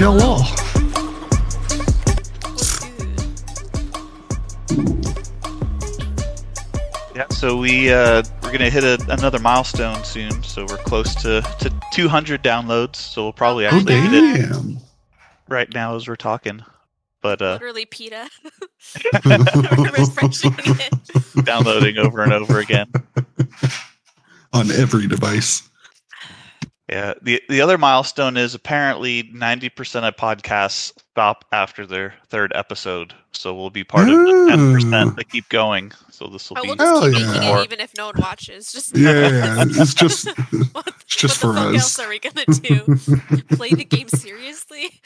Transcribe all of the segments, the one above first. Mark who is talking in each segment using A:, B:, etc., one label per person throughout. A: real wall.
B: Yeah, so we uh, we're gonna hit a, another milestone soon. So we're close to, to 200 downloads. So we'll probably
A: Oh
B: actually hit it
A: damn!
B: right now as we're talking. But uh,
C: Literally, PETA. refreshing it.
B: downloading over and over again.
A: On every device.
B: Yeah. The the other milestone is apparently 90% of podcasts stop after their third episode. So we'll be part of the 10% that keep going. So this will
C: But
B: be
C: we'll just keep
A: Hell
C: making
B: yeah.
C: it even if no one watches. Just
A: Yeah, it's just
C: what,
A: it's just
C: what the
A: for
C: fuck else
A: us.
C: are we gonna do? Play the game seriously?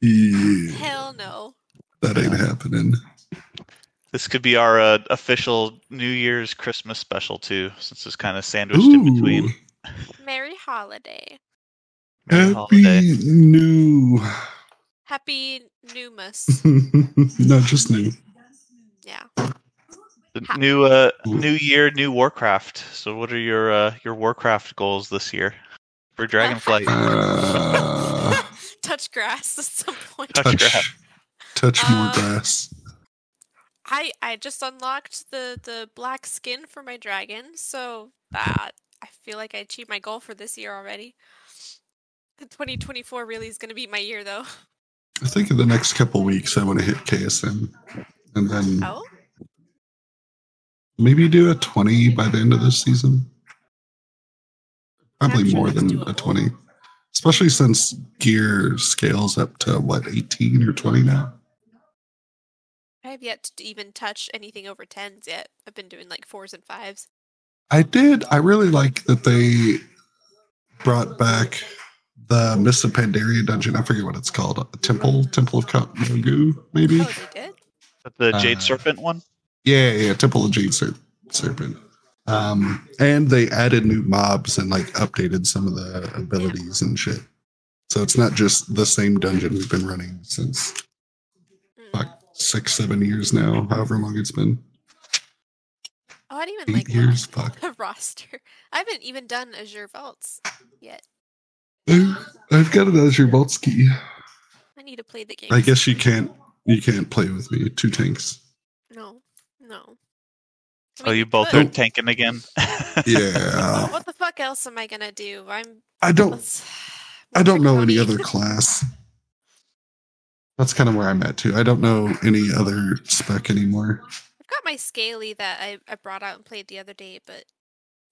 A: yeah,
C: Hell no.
A: that ain't happening.
B: this could be our uh, official New Year's Christmas special too, since it's kind of sandwiched in
A: Ooh,
B: between.
C: Merry holiday.
B: Merry holiday.
A: happy new.
C: Happy Numus.
A: Not just new.
C: yeah.
B: The
C: Ha-
B: New uh,
A: Ooh.
B: new year, new Warcraft. So what are your uh, your Warcraft goals this year for Dragonflight?
A: Uh,
C: Touch grass at some point.
B: Touch grass.
A: touch, touch more
C: Um,
A: grass.
C: I I just unlocked the the black skin for my dragon, so that I feel like I achieved my goal for this year already. 2024 really is going to be my year though.
A: I think in the next couple weeks I want to hit KSM, and then
C: Oh,
A: maybe do a twenty by the end of this season. Probably
C: I'm sure
A: more
C: that's
A: than a
C: doable.
A: twenty, especially since gear scales up to what eighteen or twenty now.
C: I have yet to even touch anything over 10s yet. I've been doing like 4s and 5s.
A: I did. I really like that they brought back the Mists of Pandaria dungeon. I forget what it's called. A temple, Temple of Kamogu, maybe.
C: Oh, they did?
B: The Jade
A: Uh,
B: Serpent one.
A: Yeah, yeah, Temple of Jade Ser- Serpent. Um, and they added new mobs and like updated some of the abilities and shit. So it's not just the same dungeon we've been running since
C: Mm.
A: fuck six, seven years now, however long it's been.
C: Oh, I didn't even like
A: Eight years,
C: look
A: fuck.
C: at the roster. I haven't even done Azure Vaults yet.
A: I- Eh, I've got an Azure Vault Ski.
C: I need to play the game.
A: I guess you can't you can't play with me. Two tanks.
C: No, no. I
B: Oh,
C: mean,
B: you both are
C: could.
B: tanking again.
A: Yeah.
C: What the fuck else am I gonna do? I'm.
A: I don't
C: let's-
A: Oh. I don't know any
C: Tell me.
A: other class. That's kind of where I'm at too. I don't know any other spec anymore.
C: I've got my scaly that I, I brought out and played the other day, but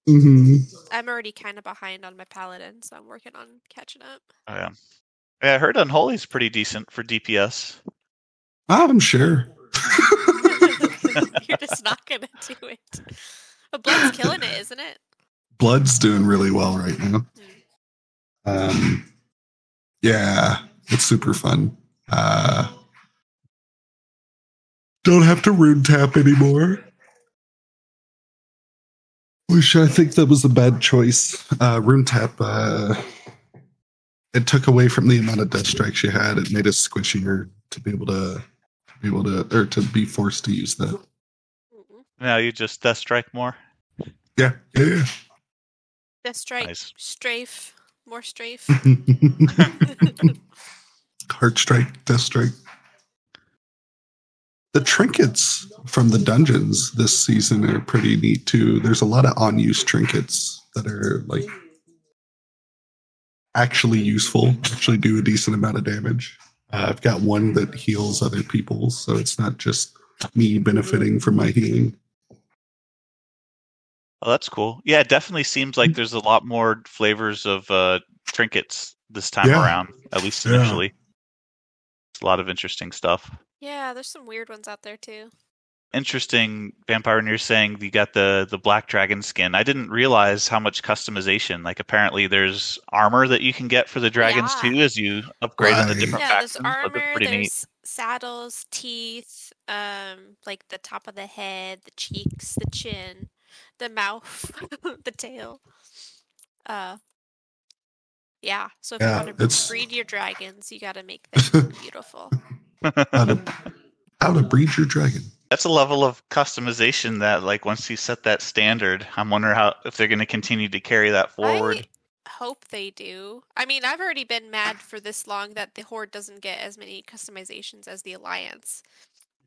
A: hmm
C: I'm already kind of behind on my paladin, so I'm working on catching up.
B: Oh, yeah. Yeah, I heard Unholy's pretty decent for DPS.
A: I'm sure.
C: You're just not gonna do it. But blood's killing it, isn't it?
A: Blood's doing really well right now. Um, yeah, it's super fun. Uh, don't have to rune tap anymore. Which I think that was a bad choice. Uh, rune tap, uh, it took away from the amount of death strikes you had. It made it squishier to be able to, to be able to, or to be forced to use that.
C: Mm-mm.
B: Now you just death strike more.
A: Yeah, yeah.
C: Death strike,
B: Nice.
C: strafe, more strafe.
A: yeah. Heart Strike, Death Strike. The trinkets from the dungeons this season are pretty neat too. There's a lot of on use trinkets that are like actually useful, actually do a decent amount of damage. Uh, I've got one that heals other people, so it's not just me benefiting from my healing.
B: Oh, that's cool. Yeah, it definitely seems like there's a lot more flavors of uh, trinkets this time
A: Yeah.
B: around, at least
A: Yeah.
B: initially. It's a lot of interesting stuff.
C: yeah, there's some weird ones out there too.
B: Interesting, Vampire, and you're saying you got the the black dragon skin. I didn't realize how much customization. Like apparently, there's armor that you can get for the dragons
C: Yeah.
B: too as you upgrade in the
A: Right.
B: different
C: Yeah, there's
B: factions. but they're
C: armor,
B: pretty neat.
C: there's saddles, teeth, um, like the top of the head, the cheeks, the chin, the mouth, the tail. Uh, yeah. So if
A: Yeah,
C: you want to
A: it's-
C: breed your dragons, you got to make them beautiful.
A: How to, how to breed your dragon.
B: That's a level of customization that, like, once you set that standard, I'm wondering how if they're going to continue to carry that forward.
C: I hope they do. I mean, I've already been mad for this long that the Horde doesn't get as many customizations as the Alliance.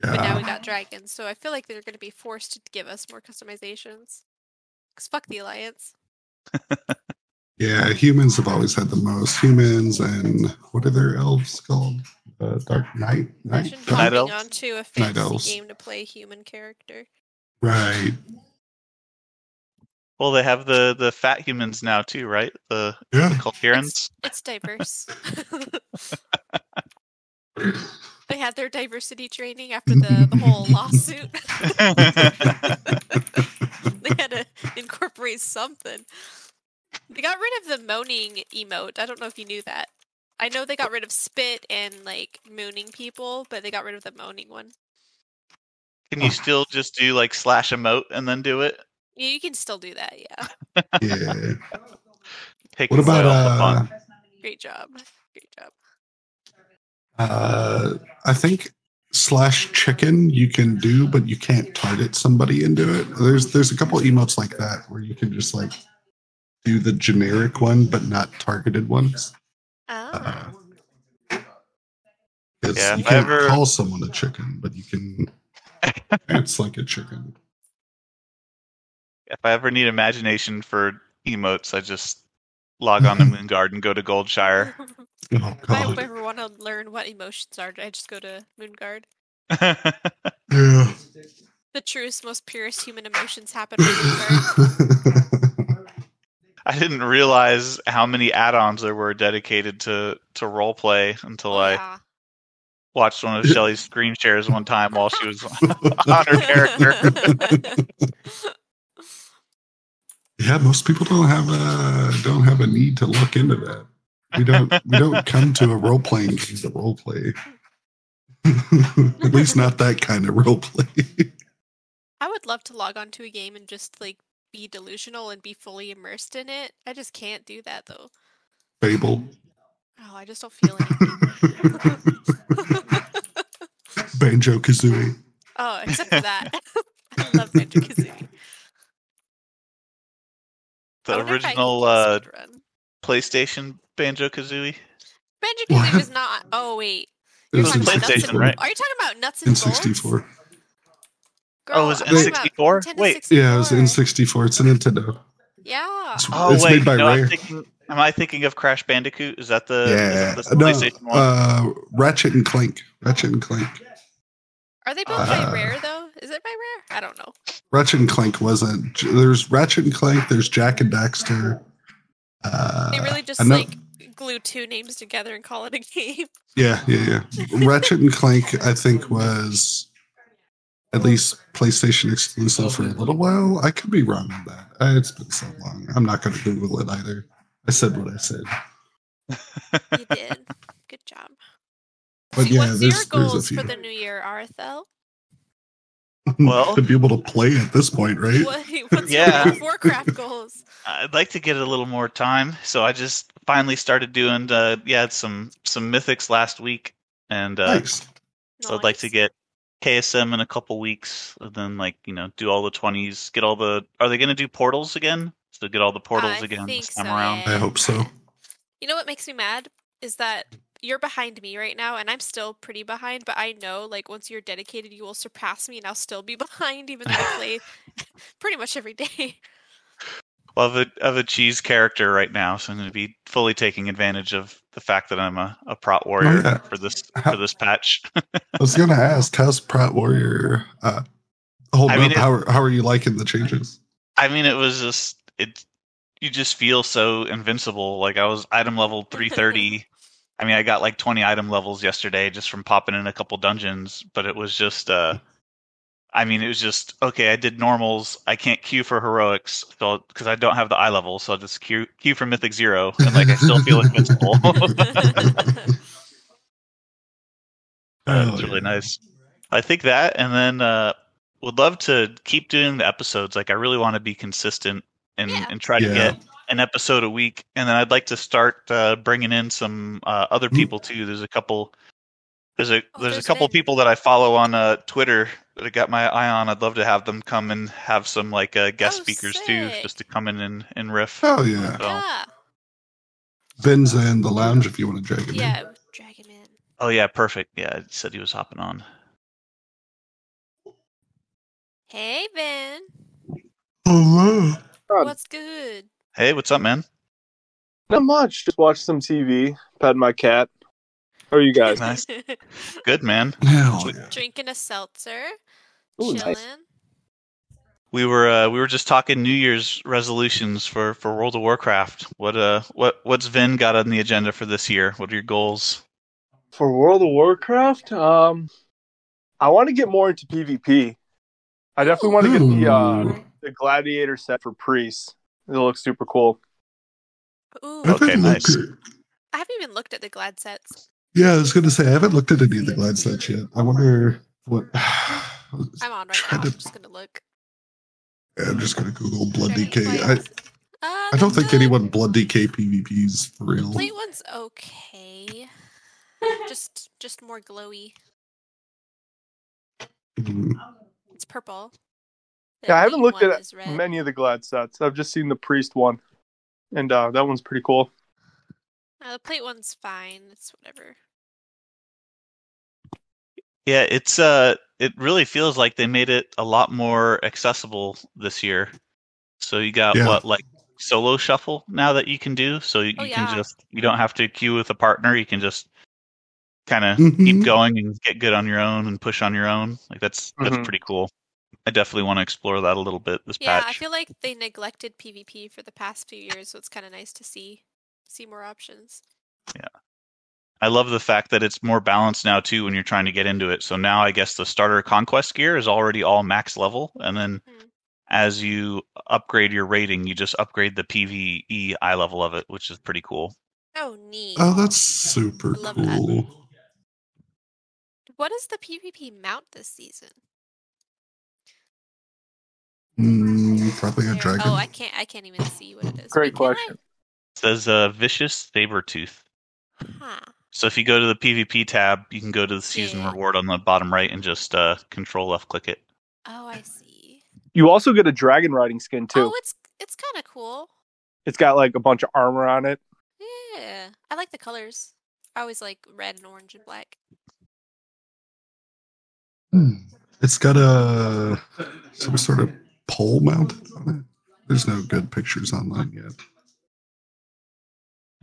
C: But now we
A: Yeah.
C: got dragons, so I feel like they're going to be forced to give us more customizations. Cause fuck the Alliance.
A: Yeah, humans have always had the most. Humans and what are their elves called? Uh, Dark Knight? Knight?
C: Imagine
A: Dark-
C: hopping
B: elves?
C: onto a fantasy
A: elves.
C: game to play a human character.
A: Right.
B: Well, they have the the fat humans now too, right? The
A: Yeah.
B: Colterans.
C: It's diverse. they had their diversity training after the, the whole lawsuit. they had to incorporate something. They got rid of the moaning emote. I don't know if you knew that. I know they got rid of spit and like mooning people, but they got rid of the moaning one.
B: Can you still just do like slash emote and then do it?
C: Yeah, you can still do that. Yeah,
A: Yeah.
B: Take
A: What
B: the
A: about
B: oil off
A: uh,
C: great job, great job.
A: uh I think slash chicken you can do, but you can't target somebody into it. There's there's a couple emotes like that where you can just like do the generic one but not targeted ones.
B: Uh-huh.
C: Oh,
A: Uh, 'cause
B: Yeah,
A: you
B: if I
A: can't
B: ever-
A: call someone a chicken, but you can it's like a chicken.
B: If I ever need imagination for emotes, I just log on to Moongard and go to Goldshire.
A: Oh
C: if I
A: god.
C: ever want to learn what emotions are, I just go to Moonguard.
A: Yeah.
C: The truest, most purest human emotions happen on Moonguard.
B: I didn't realize how many add-ons there were dedicated to to roleplay until I
C: Yeah.
B: watched one of Shelly's screen shares one time while she was on her character.
A: yeah, most people don't have a don't have a need to look into that. We don't we don't come to a role playing game to role play. At least not that kind of role play.
C: I would love to log on to a game and just like be delusional and be fully immersed in it. I just can't do that though.
A: Fable.
C: Oh, I just don't feel anything.
A: Banjo Kazooie.
C: oh, except for that. I love Banjo Kazooie.
B: The original uh, PlayStation Banjo Kazooie.
C: Banjo
A: What?
C: Kazooie was not. Oh wait,
A: It
C: You're
A: was
C: talking
A: in
C: about nuts and,
B: PlayStation, right?
C: Are you talking about nuts and
A: in
C: bolts?
A: sixty four.
C: Girl,
B: Oh, it was
C: I'm talking about
B: N64?
C: Nintendo
B: Wait.
C: 64.
A: Yeah, it was in sixty four. It's a Nintendo.
C: Yeah.
A: It's,
B: Oh
A: it's
B: wait,
A: made by
B: no, I'm
A: Rare.
B: thinking, am I thinking of Crash Bandicoot? Is that the,
A: Yeah.
B: is that the PlayStation
A: No,
B: one?
A: uh, Ratchet and Clank. Ratchet and Clank.
C: Are they both by
A: Uh,
C: Rare though? Is it by Rare? I don't know.
A: Ratchet and Clank wasn't. There's Ratchet and Clank. There's Jack and Daxter. Uh,
C: They really just
A: I know-
C: like glue two names together and call it a game.
A: yeah, yeah, yeah. Ratchet and Clank, I think, was at least PlayStation exclusive for a little while. I could be wrong on that. Uh, It's been so long. I'm not going to Google it either. I said what I said.
C: You did. Good job.
A: But
C: See, what's
A: yeah,
C: your
A: there's, there's a
C: goals
A: few.
C: for the new year, Arthel?
B: Well-
A: to be able to play at this point, right?
C: What, what's
B: Yeah.
C: your World of Warcraft goals?
B: I'd like to get a little more time, so I just finally started doing. Uh, yeah, some some mythics last week, and uh,
A: Nice.
B: so I'd like to
C: Nice.
B: get KSM in a couple weeks, and then like you know do all the twenties, get all the. Are they going to do portals again? So get all the portals
C: I
B: again
C: think
B: this time
C: so,
B: around.
A: I hope so.
C: You know what makes me mad is that you're behind me right now, and I'm still pretty behind. But I know, like, once you're dedicated, you will surpass me, and I'll still be behind, even though I play pretty much every day.
B: Well, of a of a cheese character right now, so I'm going to be fully taking advantage of the fact that I'm a, a prot warrior
A: Oh, yeah.
B: for this
A: How-
B: for this patch.
A: I was going to ask, how's Pratt Warrior uh, holding
B: I mean,
A: up?
B: it-
A: how, are, how are you liking the changes?
B: I mean, it was just it. You just feel so invincible. Like I was item level 330. I mean, I got like 20 item levels yesterday just from popping in a couple dungeons. But it was just, uh, I mean, it was just okay. I did normals. I can't queue for heroics because I don't have the eye level, so I'll just queue queue for mythic zero, and like I still feel invincible. Uh, it's
A: Oh,
B: really
A: yeah.
B: nice. I think that, and then uh, would love to keep doing the episodes. Like, I really want to be consistent and,
C: Yeah.
B: and try to
A: Yeah.
B: get an episode a week. And then I'd like to start uh, bringing in some uh, other
A: Mm.
B: people too. There's a couple. There's a
C: Oh,
B: there's a
C: there's
B: couple
C: been-
B: people that I follow on uh, Twitter that I got my eye on. I'd love to have them come and have some like uh, guest
C: Oh,
B: speakers too,
C: sick.
B: just to come in and, and riff.
A: Oh, yeah.
B: So,
C: yeah.
A: Ben's in the lounge if you want to drag him
C: Yeah, drag him in.
B: Oh yeah, perfect. Yeah, it said he was hopping on.
C: Hey, Ben.
A: in. Hello.
D: God.
C: What's good?
B: Hey, what's up, man?
D: Not much. Just watch some TV, pet my cat. How are you guys?
B: Nice. Good, man.
A: Hell yeah.
C: Drinking a seltzer.
D: Ooh,
C: chilling.
D: nice.
B: We were uh, we were just talking New Year's resolutions for, for World of Warcraft. What uh what what's Vin got on the agenda for this year? What are your goals?
D: For World of Warcraft, um, I want to get more into PvP. I definitely want to get the uh,
A: Ooh.
D: the gladiator set for priests. It looks super cool.
C: Ooh,
A: I haven't
B: Okay,
A: looked
B: nice.
A: at-
C: I haven't even looked at the glad sets.
A: yeah, I was gonna say I haven't looked at any of the glide sets yet. I wonder what. I'm
C: I'm on right now.
A: Try
C: I'm
A: to-
C: just gonna look.
A: just gonna Google blood
C: Dragon
A: DK. I,
C: Flight. Uh,
A: I don't
C: they're
A: think
C: good.
A: anyone blood DK PvPs for real.
C: Plate one's okay. Just, just more glowy.
A: Mm.
C: It's purple. The
D: Yeah, I haven't
C: elite
D: looked
C: one
D: at
C: is red.
D: Many of the glad sets. I've just seen the priest one, and uh, that one's pretty cool.
C: No, the plate one's fine. It's whatever.
B: Yeah, it's uh it really feels like they made it a lot more accessible this year. So you got
A: Yeah.
B: what like solo shuffle now that you can do. So you,
C: Oh,
B: you
C: yeah.
B: can just you don't have to queue with a partner. You can just kind of
A: Mhm.
B: keep going and get good on your own and push on your own. Like that's
D: Mhm.
B: that's pretty cool. I definitely want to explore that a little bit this
C: Yeah, I
B: patch.
C: feel like they neglected PvP for the past few years, so it's kind of nice to see see more options.
B: I love the fact that it's more balanced now too when you're trying to get into it. So now I guess the starter conquest gear is already all max level, and then
C: Hmm.
B: as you upgrade your rating, you just upgrade the PVE eye level of it, which is pretty cool.
C: Oh, neat.
A: Oh, that's super
C: Love that.
A: cool.
C: What is the PvP mount this season?
A: Mm, probably a
C: There-
A: dragon.
C: Oh, I can't. I can't even see what it is.
D: Great
C: Wait,
D: question.
C: can
B: It says uh, vicious saber tooth.
C: I? Huh.
B: So if you go to the PvP tab, you can go to the season
C: Yeah.
B: reward on the bottom right and just uh, control left click it.
C: Oh, I see.
D: You also get a dragon riding skin too.
C: Oh, it's it's kind of cool.
D: It's got like a bunch of armor on it.
C: Yeah, I like the colors. I always like red and orange and black.
A: Hmm. It's got a some sort of pole mounted on it. There's no good pictures online yet.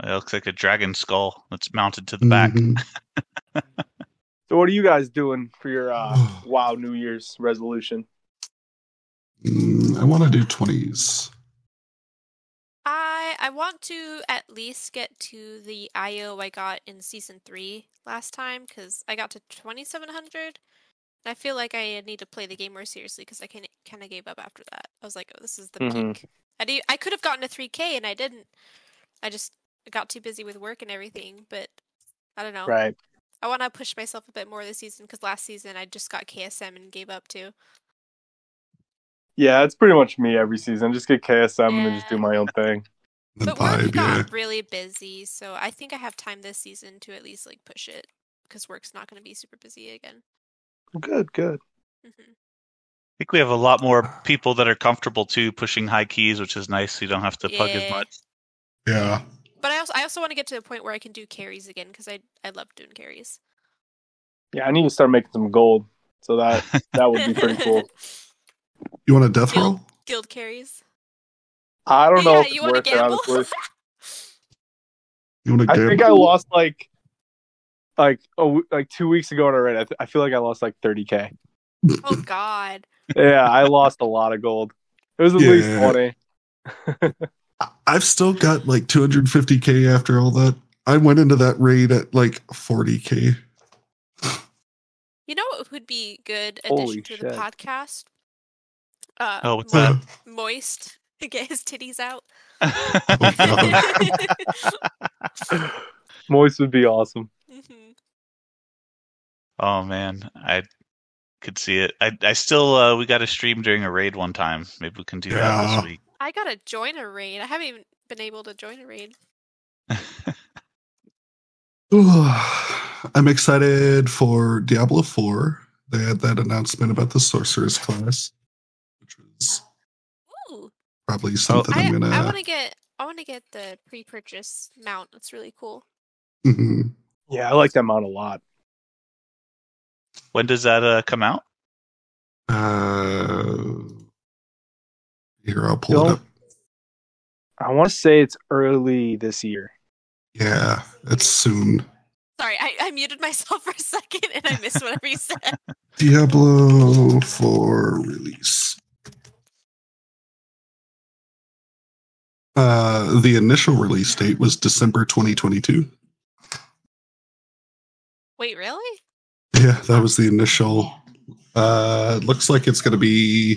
B: It looks like a dragon skull that's mounted to the back.
D: Mm-hmm.
A: Mhm.
D: So, what are you guys doing for your uh, wow New Year's resolution?
A: Mm, I want to do twenties.
C: I I want to at least get to the IO I got in season three last time because I got to twenty seven hundred. I feel like I need to play the game more seriously because I kind of kind of gave up after that. I was like, oh, this is the
D: Mhm.
C: peak. I do I could have gotten to three K and I didn't. I just got too busy with work and everything. But I don't know.
D: Right.
C: I want to push myself a bit more this season because last season I just got KSM and gave up too.
D: Yeah, it's pretty much me every season. just get KSM and then just do my own thing.
A: The
C: But work
A: vibe, yeah.
C: got really busy, so I think I have time this season to at least like push it because work's not going to be super busy again.
D: Good, good.
C: Mhm.
B: I think we have a lot more people that are comfortable too pushing high keys, which is nice. So you don't have to pug as
C: Yeah.
B: much.
A: Yeah.
C: But I also I also want to get to the point where I can do carries again because I I love doing carries.
D: Yeah, I need to start making some gold. So that that would be pretty cool.
A: You want a death
C: Yeah.
A: roll?
C: Guild carries.
D: I don't know
C: Yeah,
D: if
C: you
D: it's
C: wanna
D: worth it,
C: gamble?
D: honestly.
A: You want to
D: I
A: gamble?
D: think I lost like like oh like two weeks ago already. I, th- I feel like I lost like 30k.
C: Oh God.
D: Yeah, I lost a lot of gold. It was at
A: Yeah.
D: least 20.
A: I- I've still got like 250k after all that. I went into that raid at like 40k.
C: You know what would be good addition
D: Holy
C: to the
D: shit.
C: podcast? Uh,
B: Oh, what's
C: Mo-
A: Uh,
B: that?
C: Moist to get his titties out.
A: Oh,
B: Oh.
A: God.
D: Moist would be awesome.
C: Mhm.
B: Oh man, I could see it. I I still uh, we got a stream during a raid one time. Maybe we can do that
A: Yeah.
B: this week.
C: I gotta join a raid. I haven't even been able to join a raid.
A: I'm excited for Diablo 4. They had that announcement about the sorceress class, which was
C: Ooh.
A: probably something
C: Oh, I,
A: I'm gonna.
C: I want to get I want to get the pre-purchase mount. It's really cool.
A: hmm
D: Yeah, I like that mount a lot.
B: When does that uh, come out?
A: Uh, here, I'll pull it
D: Don't-
A: up.
D: I want to say it's early this year.
A: Yeah, it's soon.
C: Sorry, I, I muted myself for a second and I missed whatever you said.
A: Diablo 4 release. Uh, the initial release date was December 2022.
C: Wait, really?
A: Yeah, that was the initial. Uh, looks like it's going to be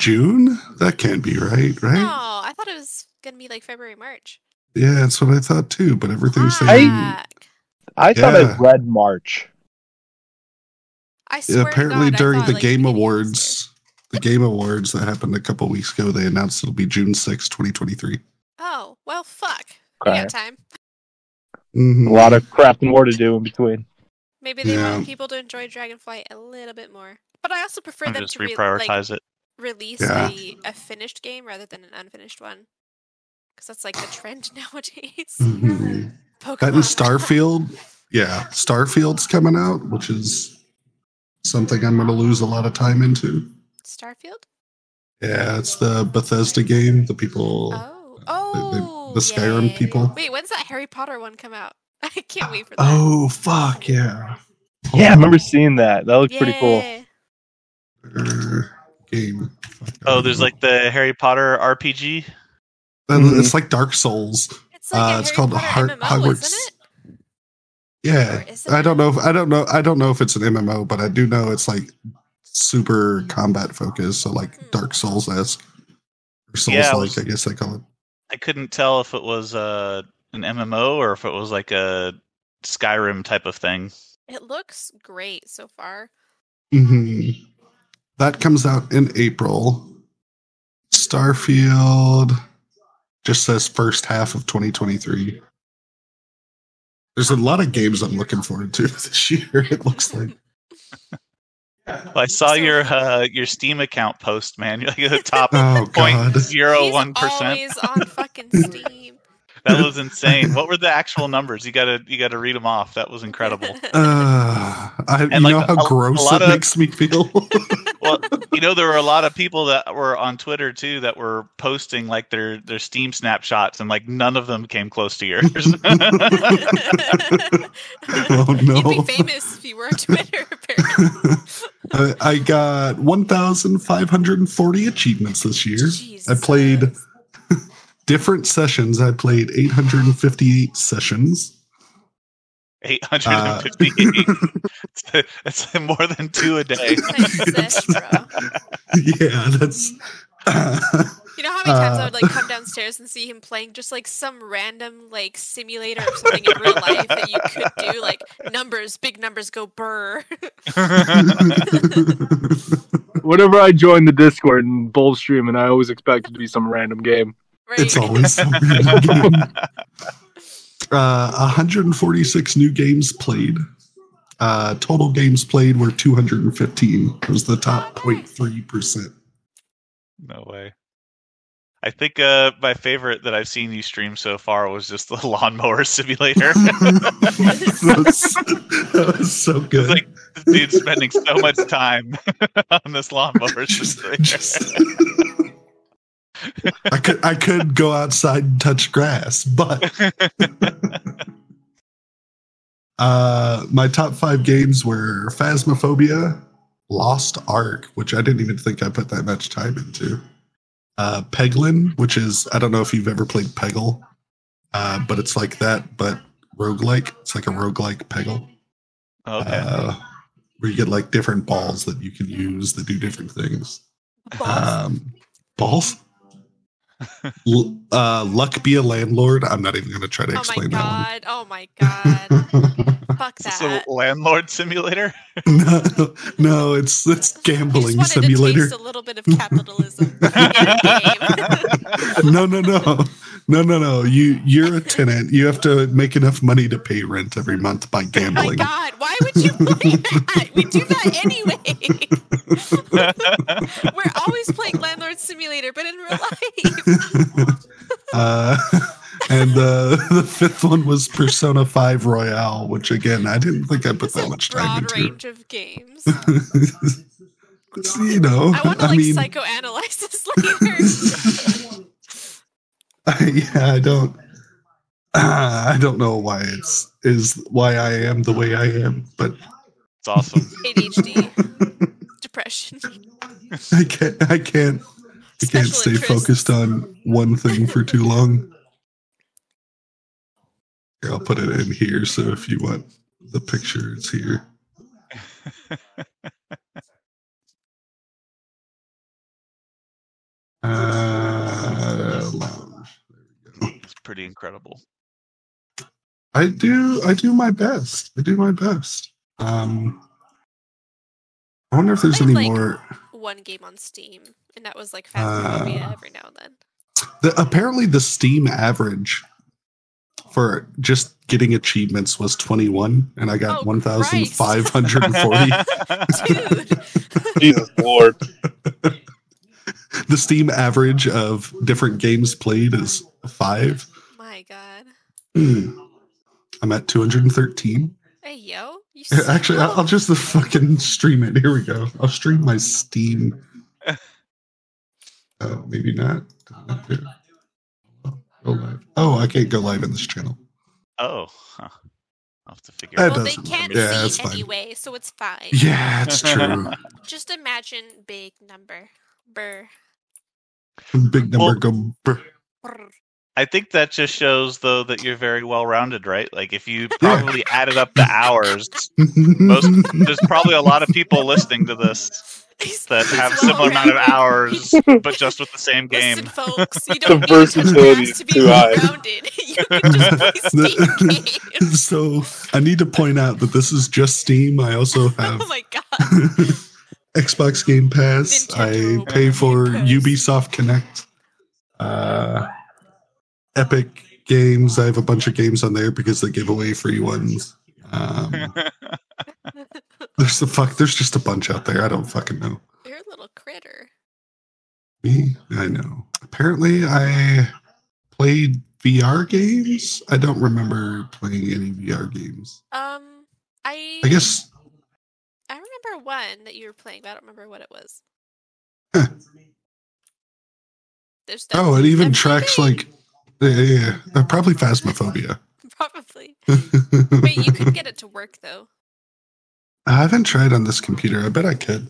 A: June. That can't be right, right?
C: No, Oh, I thought it was gonna be like February, March.
A: Yeah, that's what I thought too. But everything's saying
C: Ah,
D: I thought
A: Yeah.
D: I read March.
C: I swear to
A: apparently
C: God, I
A: during
C: thought,
A: the
C: like,
A: Game
C: beginning of this year.
A: Awards, the Game Awards that happened a couple weeks ago, they announced it'll be June sixth, 2023.
C: Oh well, fuck. We
D: Okay.
C: got time.
D: A
A: Mhm.
D: lot of crap and more to do in between.
C: Maybe they
A: Yeah.
C: want people to enjoy Dragonflight a little bit more. But I also prefer
B: And
C: them
B: just
C: to re- like,
B: reprioritize it.
C: release
A: Yeah.
C: a, a finished game rather than an unfinished one. Because that's like the trend nowadays.
A: Mhm.
C: Pokemon.
A: That and Starfield. Yeah, Starfield's coming out, which is something I'm going to lose a lot of time into.
C: Starfield?
A: Yeah, it's the Bethesda game. The people.
C: Oh.
A: Uh, the-
C: Oh.
A: the Skyrim
C: yeah.
A: people.
C: Wait, when's that Harry Potter one come out? I can't wait for that.
A: Oh fuck yeah!
D: Yeah, I remember seeing that. That looked pretty cool.
C: Yeah.
A: Er, game. Fuck, I
B: Oh,
A: don't
B: there's
A: know.
B: like the Harry Potter RPG.
A: And
D: Mhm.
A: It's like Dark Souls.
C: It's like
A: Uh,
C: a
A: it's
C: Harry
A: called
C: Potter
A: Har-
C: MMO,
A: Hogwarts-
C: isn't it?
A: Yeah,
C: Or is it
A: I don't know. If, I don't know. I don't know if it's an MMO, but I do know it's like super combat focused, so
C: Hmm.
A: like Dark Souls esque or Souls
B: Yeah, I
A: like.
B: was-
A: I guess they call it.
B: I couldn't tell if it was uh, an MMO or if it was like a Skyrim type of thing.
C: It looks great so far.
A: hmm That comes out in April. Starfield just says first half of 2023. There's a lot of games I'm looking forward to this year. It looks like.
B: Well, I saw
C: So-
B: your uh, your Steam account post, man. You're like at the top
A: Oh god.
B: point zero
C: He's
B: one percent.
C: always on fucking Steam.
B: That was insane. What were the actual numbers? You gotta you gotta read them off. That was incredible.
A: Uh, I, you
B: And, like,
A: know how
B: a- a
A: gross
B: lot
A: it
B: of-
A: makes me feel.
B: Well, you know there were a lot of people that were on Twitter too that were posting like their their Steam snapshots, and like none of them came close to yours.
A: Oh, no.
C: You'd be famous if you were on Twitter, apparently.
A: I, I got 1,540 achievements this year. I played
C: Jesus.
A: different sessions. I played 858 sessions.
B: Eight
A: Uh,
B: hundred and fifty. That's more than two a day.
C: Princess, bro.
A: yeah, that's.
C: You know how many times
A: Uh,
C: I would like come downstairs and see him playing just like some random like simulator of something in real life that you could do, like numbers, big numbers go brr.
D: Whenever I join the Discord and Bulb stream, and I always expect it to be some random game.
C: right?
A: it's always something. uh, 146 new games played. Uh, total games played were 215. It was the top
C: Oh, nice.
A: 0.3%.
B: No way. I think uh, my favorite that I've seen you stream so far was just the lawnmower simulator.
A: that, was, that was so good.
B: It's like this dude's spending so much time on this lawnmower
A: Just-
B: simulator.
A: just- I could I could go outside and touch grass, but uh, my top five games were Phasmophobia, Lost Ark, which I didn't even think I put that much time into. Uh, Peglin, which is I don't know if you've ever played Peggle, uh, but it's like that, but roguelike. It's like a roguelike Peggle.
B: okay.
A: uh, where you get like different balls that you can use that do different things.
C: Balls.
A: Um, balls. L- uh, luck be a landlord. I'm not even going to try to
C: Oh my
A: explain that
C: god. Oh my god.
A: one.
C: Fuck
B: Is this
C: that.
B: a landlord simulator?
A: no, no, it's it's
C: I just
A: gambling
C: wanted
A: simulator.
C: to taste a little bit of capitalism. in a game.
A: no, no, no. No, no, no. You you're a tenant. You have to make enough money to pay rent every month by
C: Oh my
A: gambling.
C: god, why would you play that? We do that anyway. We're always playing Landlord Simulator, but in real life.
A: uh, and uh, the fifth one was Persona Five Royale, which again I didn't think I put
C: It's
A: that
C: a
A: much time
C: broad
A: into.
C: range of games.
A: It's, you know,
C: I want to
A: I,
C: like
A: mean,
C: psychoanalyze this later.
A: yeah, I don't, uh, I don't know why it's is why I am the way I am, but
B: It's awesome.
C: ADHD, depression.
A: I can't, I can't, I can't
C: Special
A: stay
C: interests.
A: focused on one thing for too long. Here, I'll put it in here. So if you want the picture, it's here. Uh, lounge.
B: It's pretty incredible.
A: I do, I do my best. I do my best. Um, I wonder if there's
C: I
A: any
C: like-
A: more.
C: One game on Steam, and that was
A: Uh,
C: like Phasmophobia every now and then.
A: The, apparently, the Steam average for just getting achievements was 21, and I
C: Oh,
A: got 1,540.
C: Dude,
D: Jesus Lord.
A: the Steam average of different games played is five.
C: my god.
A: Hmm. I'm at 213.
C: Hey yo, you
A: Here,
C: suck.
A: Actually, I'll I'll just fucking stream it. Here we go. I'll stream my Steam. Uh, maybe not. Go live. Oh, I can't go live in this channel.
B: oh, huh. I'll have to figure
A: That
B: out.
C: well, they
A: doesn't
C: can't
A: matter. Yeah, it's
C: see
A: fine.
C: anyway, so it's fine.
A: Yeah, it's true.
C: Just imagine big number. Brr.
A: Big number
B: Well-
A: go. brr.
C: Brr.
B: I think that just shows, though, that you're very well rounded, right? Like, if you probably added up the hours, most there's probably a lot of people listening to this
C: He's-
B: that
C: he's
B: have
C: well
B: similar amount of
C: rounded.
B: hours, but just with the same
C: Listen,
B: game.
C: folks, you don't
D: The
C: need to touch
D: versatility
C: grass
D: is
C: to be
D: too high.
C: rounded. You can just play Steam games.
A: so I need to point out that this is just Steam. I also have
C: Oh my god.
A: Xbox Game Pass.
C: Nintendo
A: I pay for
C: Game Pass.
A: Ubisoft Connect. Uh, Epic Games. I have a bunch of games on there because they give away free ones. Um, there's the fuck. There's just a bunch out there. I don't fucking know.
C: You're a little critter.
A: Me, I know. Apparently, I played VR games. I don't remember playing any VR games.
C: Um, I
A: I guess
C: I remember one that you were playing, but I don't remember what it was.
A: Huh.
C: There's
A: Oh, it even
C: definitely
A: tracks
C: something.
A: like yeah, yeah, yeah. Uh, probably phasmophobia.
C: probably. Wait, you could get it to work though.
A: I haven't tried on this computer. I bet I could.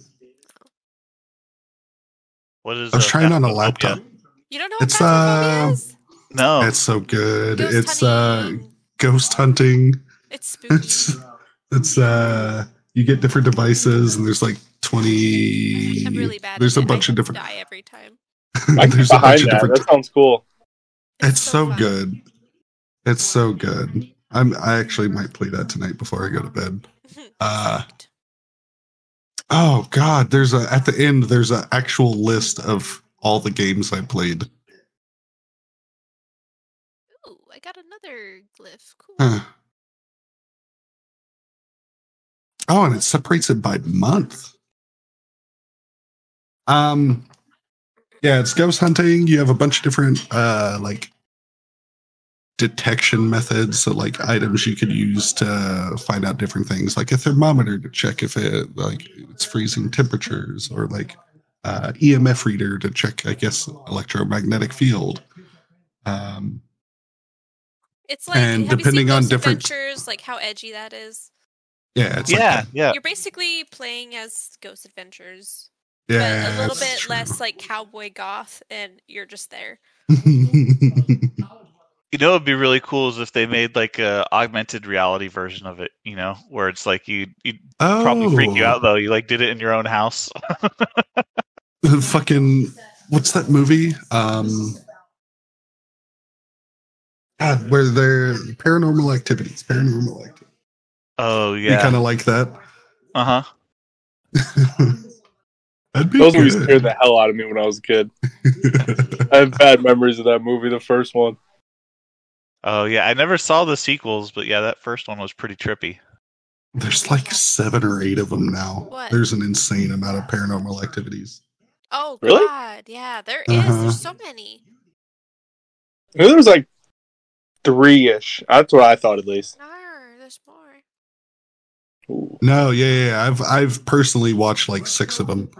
B: What is
A: I was
B: uh,
A: trying on a
B: Phasmophobia?
A: laptop.
C: You don't know what
A: It's,
C: phasmophobia
A: uh,
C: is?
B: No.
A: It's so good.
C: Ghost
A: it's uh
C: hunting.
A: ghost hunting.
C: it's spooky.
A: It's it's uh you get different devices and there's like 20
C: I'm really bad.
A: there's
C: at
A: a
C: it.
A: bunch
C: I
A: of different
C: die every time.
D: I get
A: there's a
D: behind
A: bunch of
D: that.
A: different
D: That sounds cool.
A: It's so
C: fun.
A: good. It's so good. I'm I actually might play that tonight before I go to bed. Uh, Oh God, there's a at the end there's an actual list of all the games I played.
C: Ooh, I got another glyph. Cool.
A: Huh. Oh, and it separates it by month. Um, yeah, it's ghost hunting. You have a bunch of different uh like detection methods, so like items you could use to find out different things, like a thermometer to check if it like it's freezing temperatures, or like uh, EMF reader to check, I guess, electromagnetic field. Um,
C: It's like
A: and
C: have
A: depending
C: you seen
A: on
C: Ghost
A: different-
C: adventures, like how edgy that is.
A: yeah, it's like
B: yeah, yeah.
C: You're basically playing as Ghost Adventures,
A: that. yeah,
C: but a little
A: that's
C: bit
A: true.
C: less like cowboy goth, and you're just there.
B: You know, it'd be really cool is if they made like a augmented reality version of it. You know, where it's like you you
A: oh,
B: probably freak you out though. You like did it in your own house.
A: Oh, Fucking what's that movie? Um, God, where they're paranormal activities, paranormal activities.
B: Oh
A: You
B: yeah.
A: kind of like that.
B: Uh huh.
A: That'd be
D: Those
A: good.
D: movies scared the hell out of me when I was a kid. I have bad memories of that movie, the first one.
B: Oh yeah, I never saw the sequels, but yeah, that first one was pretty trippy.
A: There's like seven or eight of them now.
C: What?
A: There's an insane amount of paranormal activities.
C: Oh
D: Really?
C: god, yeah, there is.
A: Uh-huh.
C: There's so many.
D: I knew there was like three ish. That's what I thought at least.
C: No, there's more.
D: Ooh.
A: No, yeah, yeah, yeah. I've I've personally watched like six of them.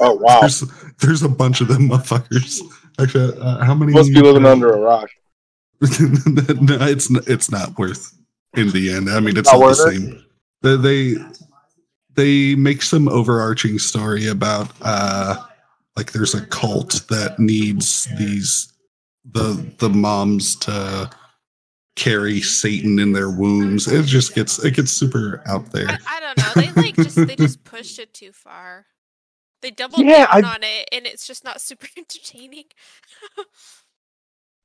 D: Oh wow,
A: there's, there's a bunch of them motherfuckers. Actually, uh, how many?
D: must be living under a rock.
A: no, it's n- it's not worth. In the end, I mean, it's
D: Not
A: not the
D: worth it?
A: same. They, they they make some overarching story about uh like there's a cult that needs these the the moms to carry Satan in their wombs. It just gets it gets super out there.
C: I, I don't know. They like just they just pushed it too far. They doubled
D: Yeah,
C: down
D: I-
C: on it, and it's just not super entertaining.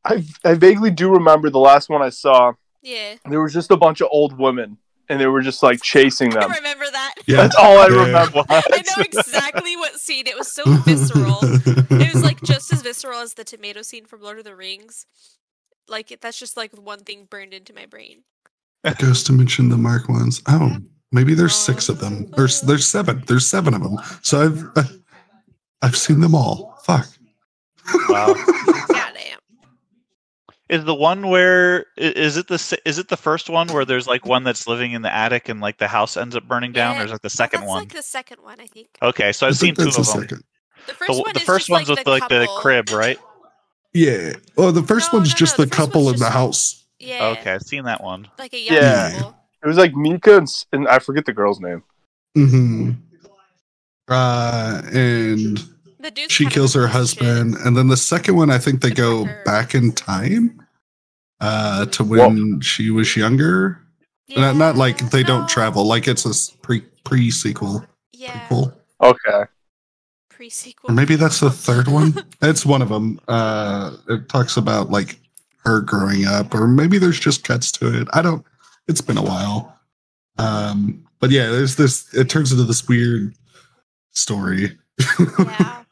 D: I I vaguely do remember the last one I saw.
C: Yeah,
D: There was just a bunch of old women, and they were just like chasing them.
C: I remember that.
A: Yeah,
D: That's all I
A: Yeah.
D: remember.
C: I know exactly what scene. It was so visceral. It was like just as visceral as the tomato scene from Lord of the Rings. Like it- that's just like one thing burned into my brain.
A: Goes to mention the Mark ones. Oh, maybe there's six of them. There's there's seven. There's seven of them. So I've I've seen them all. Fuck.
B: Wow.
C: Goddamn.
B: Is the one where i- is it the s- is it the first one where there's like one that's living in the attic and like the house ends up burning down,
C: Yeah,
B: or is it the second
C: that's
B: one?
C: like the second one, I think.
B: Okay, so I've
A: I
B: seen two
A: think
B: of
A: that's
B: them.
A: the second.
C: The first
B: The,
C: one
B: the
C: is
B: first
C: just,
B: one's
C: like,
B: with
C: the
B: like the
C: couple.
B: crib, right?
A: Yeah. Oh, the first
C: No,
A: one's
C: no,
A: just
C: no,
A: the,
C: the first
A: couple
C: one's
A: in the
C: just-
A: house.
C: Yeah.
B: Okay, I've seen that one.
C: Like a young
D: Yeah.
C: couple.
D: It was like Mika and, s- and I forget the girl's name.
A: hmm Uh, and
C: The dude's
A: she
C: kind of
A: kills
C: a
A: her
C: piece of shit.
A: husband, and then the second one, I think they
C: Good for
A: go
C: her.
A: back in time uh, to when she was younger. Not, not like they
C: No.
A: don't travel. Like it's a s- pre pre sequel
C: Yeah.
A: prequel,
D: Okay,
C: Pre sequel.
A: or maybe that's the third one. it's one of them. Uh, it talks about like her growing up, or maybe there's just cuts to it. I don't. It's been a while. Um, but yeah, there's this. It turns into this weird story.
C: yeah.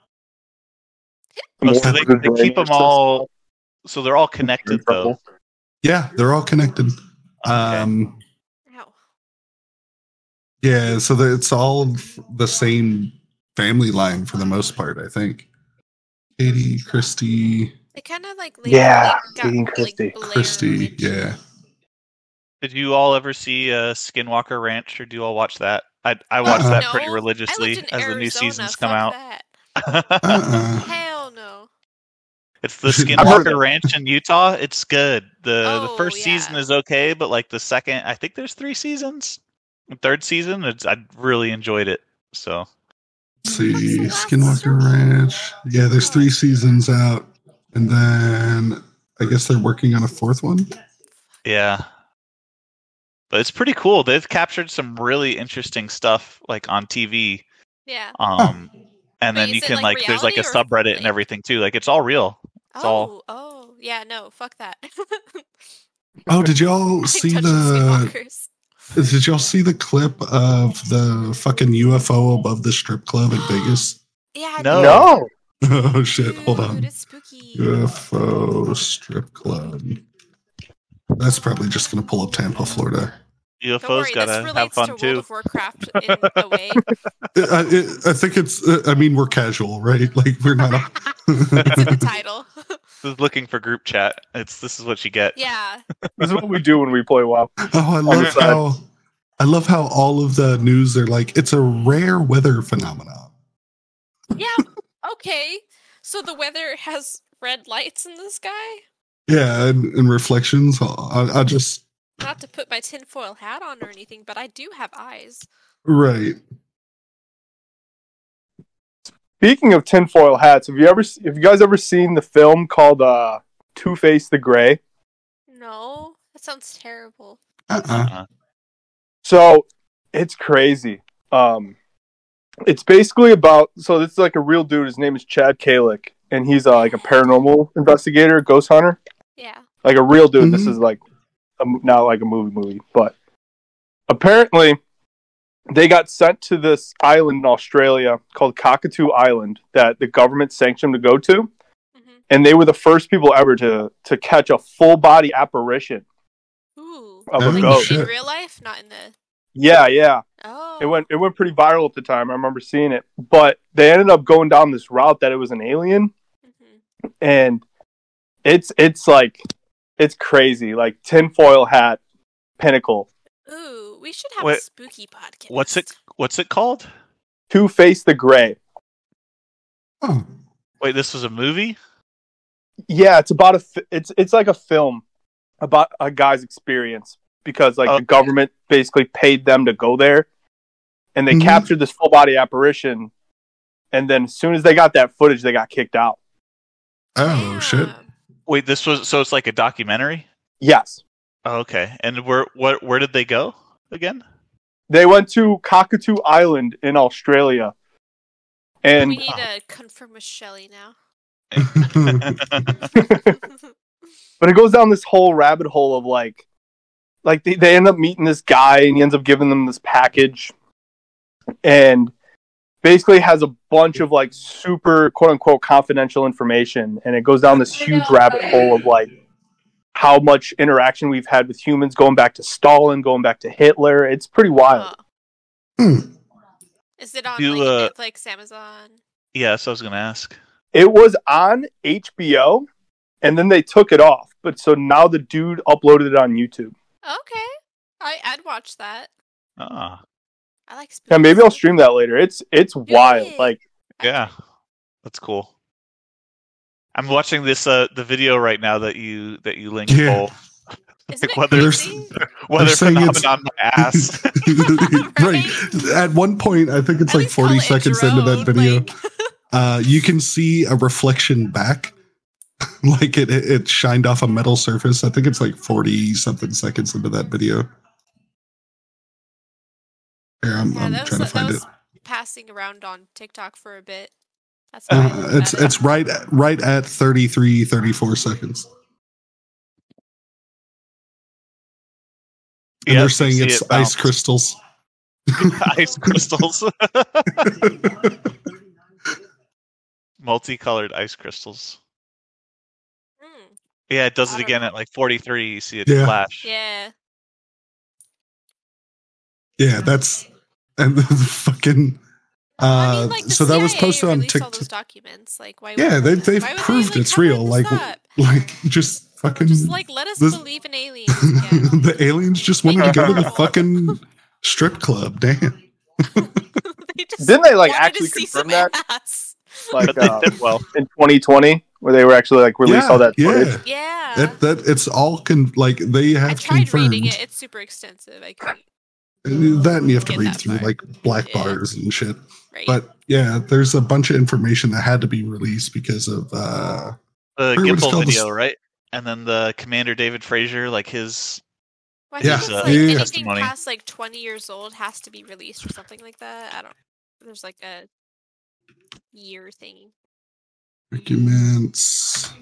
D: The
B: Oh, so
D: more
B: they,
D: the
B: they keep
D: brain
B: them all, so they're all connected though.
A: yeah, they're all connected. Um,
C: Ow.
A: Yeah, so the, it's all f- the same family line for the most part, I think. Katie, Christy,
C: They kind of like
D: Yeah,
C: like,
D: Dean Christie.
C: Blair
A: Christy,
C: Witch.
A: yeah.
B: Did you all ever see uh, Skinwalker Ranch, or do you all watch that? I I watch
A: Uh-uh.
B: that pretty
C: No, I
B: religiously
C: lived in
B: as the new
C: Arizona,
B: seasons
C: fuck
B: come out.
C: That.
A: Uh-uh.
C: Hell no.
B: It's the
A: I've
D: heard of
B: Skinwalker
D: it.
B: Ranch in Utah. It's good. The the
C: Oh,
B: first
C: yeah.
B: season is okay, but like the second, I think there's three seasons. The third season, it's, I really enjoyed it. So
A: Let's see,
C: What's the last season?
A: Skinwalker Ranch. Yeah, there's three seasons out, and then I guess they're working on a fourth one.
B: yeah, but it's pretty cool. They've captured some really interesting stuff like on TV.
C: Yeah.
B: Um, and
C: Wait,
B: then
C: is
B: you
C: it,
B: can
C: like,
B: like, there's like a
C: reality or
B: subreddit
C: like-
B: and everything too. Like it's all real. It's
C: oh,
B: all-
C: oh, yeah, no, fuck that.
A: Oh, did y'all
C: I
A: see
C: touched
A: the
C: Skinwalkers.
A: did y'all see the clip of the fucking UFO above the strip club in Vegas?
C: Yeah,
B: No.
C: dude,
D: No,
A: oh shit, hold
C: dude,
A: on.
C: It's spooky.
A: UFO strip club. That's probably just going to pull up Tampa, Florida.
C: Don't worry,
B: UFOs
C: this
B: gotta have
C: relates to
B: fun
C: World
B: too.
C: of Warcraft in a way.
A: I, I, I think it's. uh, I mean, we're casual, right? Like we're not.
C: It's in the title.
B: This is looking for group chat. It's this is what you get.
C: yeah.
D: this is what we do when we play WoW.
A: oh, I love
D: sorry.
A: how. I love how all of the news are like it's a rare weather phenomenon.
C: Yeah. Okay. So the weather has red lights in the sky?
A: Yeah, and, and reflections. I, I I just
C: Not to put my tinfoil hat on or anything, but I do have eyes.
A: right.
D: Speaking of tinfoil hats, have you ever, s- have you guys ever seen the film called uh, Two Face the Gray?
C: No, that sounds terrible.
A: Uh-uh.
D: So it's crazy. Um, it's basically about so this is like a real dude. His name is Chad Kalick, and he's uh, like a paranormal investigator, ghost hunter,
C: Yeah.
D: like a real dude. This
A: Mhm.
D: is like a, mo- not like a movie movie, but apparently they got sent to this island in Australia called Cockatoo Island that the government sanctioned them to go to
C: hmm
D: and they were the first people ever to to catch a full body apparition
C: Ooh.
D: of
A: Oh,
D: a
C: like
D: ghost.
A: shit.
C: in real life, not in the.
D: Yeah, yeah.
C: Oh.
D: It went it went pretty viral at the time. I remember seeing it, but they ended up going down this route that it was an alien,
C: Mhm.
D: and it's it's like it's crazy, like tinfoil hat pinnacle,
C: Ooh, we should have a
B: What-
C: spooky podcast.
B: What's it? What's it called?
D: Two Face the Gray.
A: Oh,
B: Wait, this was a movie.
D: Yeah, it's about a fi- it's it's like a film about a guy's experience because like
B: Oh.
D: the government basically paid them to go there, and they
A: Mhm.
D: captured this full body apparition, and then as soon as they got that footage, they got kicked out.
A: oh shit.
C: Damn.
B: Wait, this was so it's like a documentary.
D: Yes.
B: Oh, okay, and where what where did they go again?
D: They went to Cockatoo Island in Australia. And uh,
C: we need to confirm with Shelly now.
D: but it goes down this whole rabbit hole of like like they, they end up meeting this guy and he ends up giving them this package and basically has a bunch of like super quote unquote confidential information and it goes down this huge rabbit hole of like how much interaction we've had with humans going back to Stalin, going back to Hitler. It's pretty wild. uh,
C: Huh.
A: Hmm.
C: Is it on
B: Do,
C: like, Netflix, Amazon?
B: yeah, that's what I was gonna ask.
D: It was on HBO and then they took it off. But so now the dude uploaded it on YouTube.
C: Okay, I I'd watch that.
B: Ah,
C: I like spooky.
D: Yeah, maybe I'll
C: stuff.
D: stream that later. It's it's wild.
C: it.
D: Like
B: yeah, that's cool. I'm watching this uh the video right now that you that you linked.
A: Yeah.
B: Cole.
C: Isn't it
B: whether-
A: There's-
C: crazy?
B: Weather
A: saying it's-
B: phenomenon ass.
A: right. At one point, I think it's
C: At
A: like
C: least call
A: 40
C: it a
A: seconds into that
C: drone,
A: video.
C: like-
A: Uh, you can see a reflection back. like it, it it shined off a metal surface. I think it's like 40 something seconds into that video. Here, I'm,
C: Yeah,
A: I'm
C: that was-
A: trying to
C: that
A: find
C: was
A: it.
C: passing around on TikTok for a bit. That's how I
A: Uh,
C: learned
A: it's
C: about it.
A: it's right at, right at 33 34 seconds. And
B: Yeah,
A: they're
B: you
A: saying
B: see
A: it's
B: it
A: ice
B: bounce.
A: crystals.
B: ice crystals, multicolored ice crystals.
C: Mm,
B: Yeah, it does
C: I
B: it
C: don't
B: again
C: know.
B: at like 43. You see it
A: Yeah.
B: flash.
C: yeah.
A: yeah, that's and the fucking uh
C: I mean, like the
A: so that was
C: CIA
A: posted on
C: released all
A: TikTok.
C: those documents. Like, why?
A: Yeah,
C: would
A: they, they've
C: why would they,
A: proved
C: like,
A: it's
C: cover
A: real.
C: this
A: Like,
C: up?
A: like just fucking
C: just like let us
A: this-
C: believe in aliens. again.
A: the aliens just wanted to go to the fucking strip club. Damn.
C: they just
D: Didn't they, like,
C: wanted to
D: actually
C: see
D: confirm
C: some
D: that?
C: ass.
D: like
B: But they
D: uh,
B: did well.
D: in 2020 where they were actually like release
A: yeah,
D: all that footage.
A: yeah.
C: Yeah.
A: That, that it's all con- like they have
C: I tried
A: confirmed Uh,
C: reading it. It's super extensive. I couldn't.
A: that, and you have to
C: Get
A: read
C: that
A: through
C: far.
A: like black
C: Yeah.
A: bars and shit.
C: Right.
A: But yeah, there's a bunch of information that had to be released because of uh
B: The
A: Or what it's
B: Gimple
A: called, the
B: video,
A: s-
B: right? And then the Commander David Frazier, like his.
C: Well, I
A: yeah,
C: think it's,
B: uh,
C: like
A: yeah, yeah, yeah.
C: anything
B: Testimony.
C: past like 20 years old has to be released or something like that. I don't. There's like a year thing.
A: documents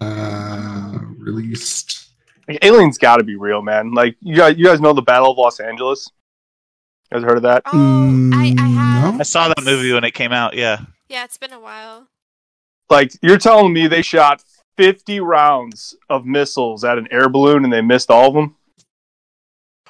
A: uh released.
D: Like, aliens got to be real, man. Like you guys, you guys know the Battle of Los Angeles. You guys heard of that?
C: Oh, I, I
A: Mm,
C: have.
A: no.
B: I saw that
C: It's-
B: movie when it came out. Yeah,
C: Yeah, it's been a while.
D: Like you're telling me they shot 50 rounds of missiles at an air balloon and they missed all of them?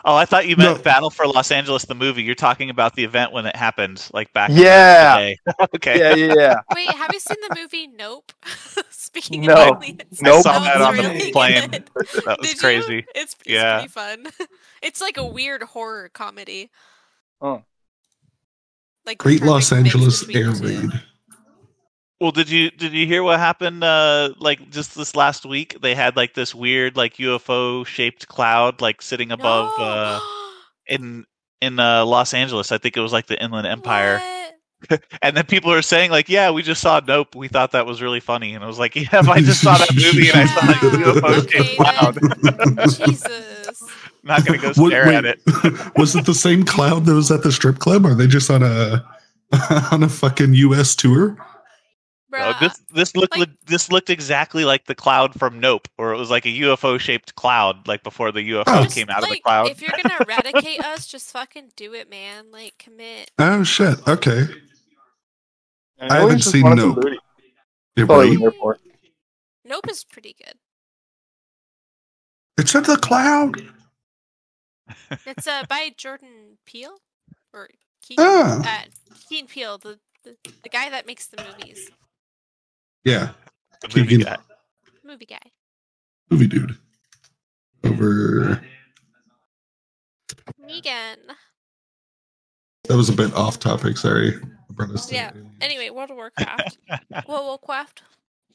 B: Oh, I thought you meant
A: No.
B: Battle for Los Angeles, the movie. You're talking about the event when it happened, like back. in the
D: Yeah.
B: day. okay.
D: Yeah, yeah, yeah.
C: Wait, have you seen the movie Nope? Speaking
D: No.
C: of aliens,
D: Nope.
B: I saw
C: was
B: that on
C: Oh,
B: the
C: really
B: plane.
C: good.
B: That was
C: Did you?
B: crazy.
C: It's, it's
B: Yeah.
C: pretty fun. it's like a weird horror comedy.
D: Oh.
C: Like the
A: Great Los
C: perfect mix
A: Angeles
C: between
A: air
C: the two.
A: raid.
B: Well, did you did you hear what happened? Uh, like just this last week, they had like this weird like UFO shaped cloud like sitting above
C: No.
B: uh, in in uh, Los Angeles. I think it was like the Inland Empire.
C: What?
B: And then people are saying like, "Yeah, we just saw Nope. We thought that was really funny." And I was like, "Yeah, if I just saw that movie and I saw like
C: Wow.
B: UFO
C: Okay,
B: shaped cloud,
C: Jesus.
B: I'm not gonna go
A: What-
B: stare
A: wait,
B: at it."
A: was it the same cloud that was at the strip club? Or are they just on a on a fucking US tour?
B: No,
C: Bruh.
B: this this looked
C: like-
B: li- this looked exactly like the cloud from Nope, or it was like a UFO shaped cloud, like before the UFO
A: Oh.
C: Just,
B: came out of the
C: like,
B: cloud.
C: If you're gonna eradicate us, just fucking do it, man. Like commit.
A: Oh shit. Okay.
D: And
A: I haven't
D: aliens just
A: seen
D: wanted some
A: Nope.
D: booty.
A: Yeah,
D: That's all they were
A: right.
D: here for.
C: Nope is pretty good.
A: It's in the cloud.
C: It's uh by Jordan Peele or Keaton,
A: Ah.
C: uh, Keaton Peele, the, the the guy that makes the movies,
A: Yeah,
B: The movie
A: Keegan.
B: guy.
C: movie guy.
A: movie dude. Over.
C: Negan.
A: That was a bit off topic. Sorry. I brought us to
C: Yeah. Anyway, World of Warcraft. World of Warcraft.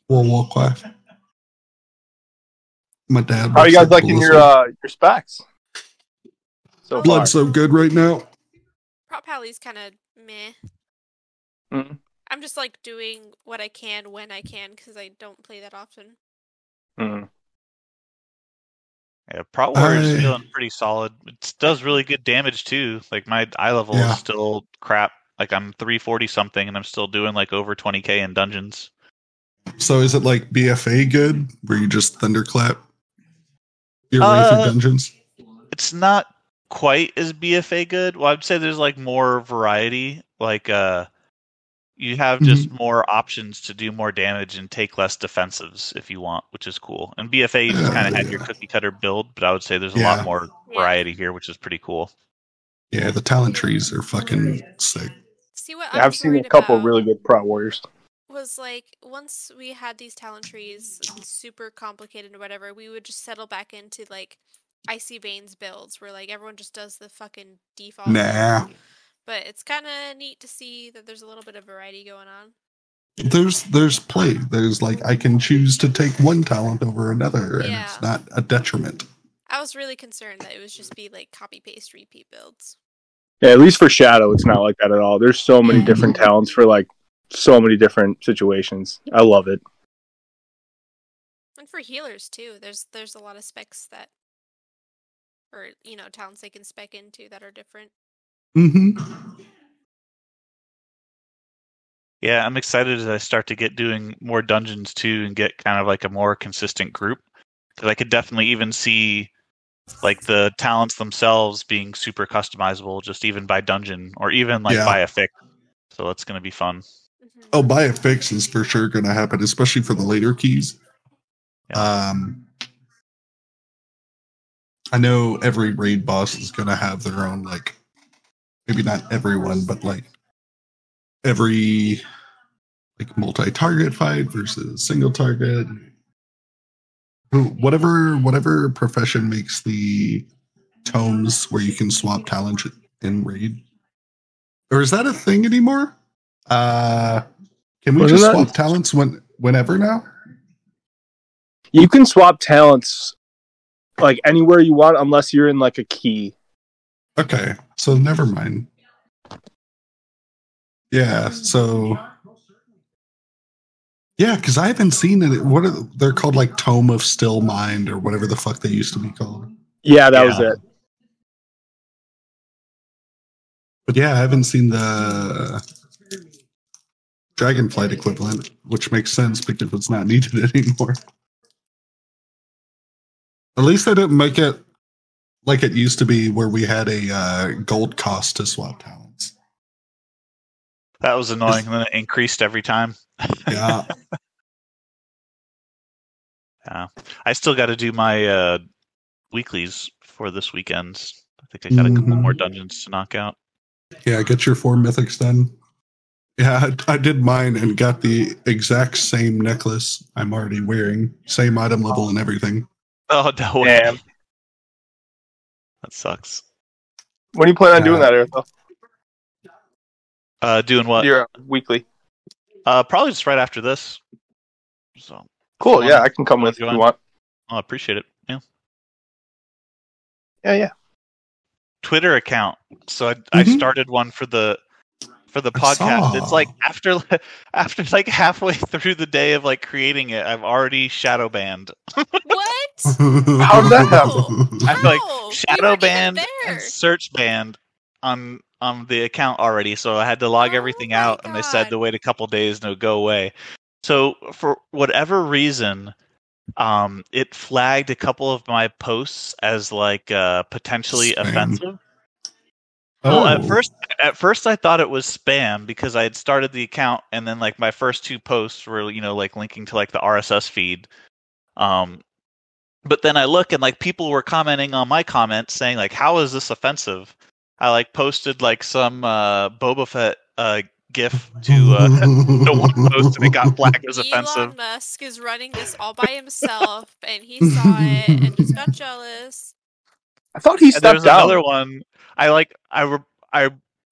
A: World of Warcraft. My dad.
D: How are you guys
A: looks
D: liking your
A: Blizzard.
D: uh, your specs? So far.
A: blood's so good right now?
C: Prop Pally's kind of meh.
D: Mm.
C: I'm just like doing what I can when I can because I don't play that often.
D: Mm.
B: Yeah, Prot War is
A: I-
B: feeling pretty solid. It does really good damage too. Like my eye level
A: Yeah.
B: is still crap. Like I'm 340 something, and I'm still doing like over 20k in dungeons.
A: So is it like BFA good, where you just thunderclap your way
B: Uh,
A: through dungeons?
B: It's not quite as BFA good. Well, I'd say there's like more variety. Like uh, you have just
A: Mm-hmm.
B: more options to do more damage and take less defensives if you want, which is cool. And BFA you just kind of had your
A: Yeah.
B: cookie cutter build, but I would say there's a
A: Yeah.
B: lot more
C: Yeah.
B: variety here, which is pretty cool.
A: Yeah, the talent trees are fucking sick.
C: See what
D: Yeah,
C: I
D: I've
C: was
D: seen a
C: worried
D: couple of
C: about
D: really good Pro Warriors.
C: was like once we had these talent trees um, super complicated or whatever, we would just settle back into like icy veins builds where like everyone just does the fucking default. build.
A: Nah.
C: But it's kind of neat to see that there's a little bit of variety going on.
A: There's there's play. There's like I can choose to take one talent over another, and
C: Yeah.
A: it's not a detriment.
C: I was really concerned that it was just be like copy paste repeat builds.
D: Yeah, at least for Shadow, it's not like that at all. There's so many different talents for like so many different situations. I love it.
C: And for healers too, there's there's a lot of specs that or you know, talents they can spec into that are different.
A: Mm-hmm.
B: Yeah, I'm excited as I start to get doing more dungeons too and get kind of like a more consistent group. Because I could definitely even see like the talents themselves being super customizable just even by dungeon or even like
A: Yeah.
B: by a fic. So that's going to be fun.
C: Mhm.
A: Oh, buy a fix is for sure going to happen, especially for the later keys. Um, I know every raid boss is going to have their own, like, maybe not everyone, but like every like multi-target fight versus single target. Who- Whatever, whatever profession makes the tomes where you can swap talent in raid, or is that a thing anymore? Uh, can we
D: Wasn't
A: just
D: that-
A: swap talents when whenever now?
D: You can swap talents like anywhere you want unless you're in like a key.
A: Okay, so never mind. Yeah, so yeah, because I haven't seen it. What are they're called? Like Tome of Still Mind or whatever the fuck they used to be called.
D: Yeah, that was
B: Yeah.
D: it.
A: But yeah, I haven't seen the Dragonflight equivalent, which makes sense because it's not needed anymore. At least they didn't make it like it used to be, where we had a uh, gold cost to swap talents.
B: That was annoying. And then it increased every time.
A: Yeah.
B: I still got to do my uh, weeklies for this weekend. I think I got a couple
A: Mhm.
B: more dungeons to knock out.
A: Yeah, get your four mythics done. Yeah, I, I did mine and got the exact same necklace I'm already wearing, same item level and everything.
B: Oh, no way.
D: Damn.
B: That sucks.
D: When do you plan on doing
A: Yeah.
D: that, Earth?
B: Uh, doing what?
D: You're weekly.
B: Uh, probably just right after this. So.
D: Cool.
B: Wanna-
D: Yeah, I can come
B: wanna
D: with if
B: join?
D: you want.
B: Oh, I appreciate it. Yeah.
D: Yeah, yeah.
B: Twitter account. So I, I
A: Mhm.
B: started one for the for the
A: I
B: podcast.
A: saw.
B: It's like after after like halfway through the day of like creating it, I've already shadow banned.
C: What?
A: How
D: did that
B: I feel like
C: No, we Oh, weren't
B: shadow
C: even
B: banned and
C: there.
B: search banned on on the account already. So I had to log
C: Oh
B: everything
C: my
B: out and they said
C: God.
B: to wait a couple days and it would go away. So for whatever reason, um it flagged a couple of my posts as like uh potentially
A: Spam.
B: offensive. Well,
A: Oh.
B: at first, at first I thought it was spam because I had started the account, and then like my first two posts were, you know, like linking to like the RSS feed. Um, but then I look and like people were commenting on my comments saying like, "How is this offensive?" I like posted like some uh, Boba Fett uh, gif to uh, the one post and it got flagged as offensive.
C: Elon Musk is running this all by himself, and he saw it and just got jealous.
D: I thought he
B: And there was
D: stepped
B: another
D: down.
B: one. I like I re- I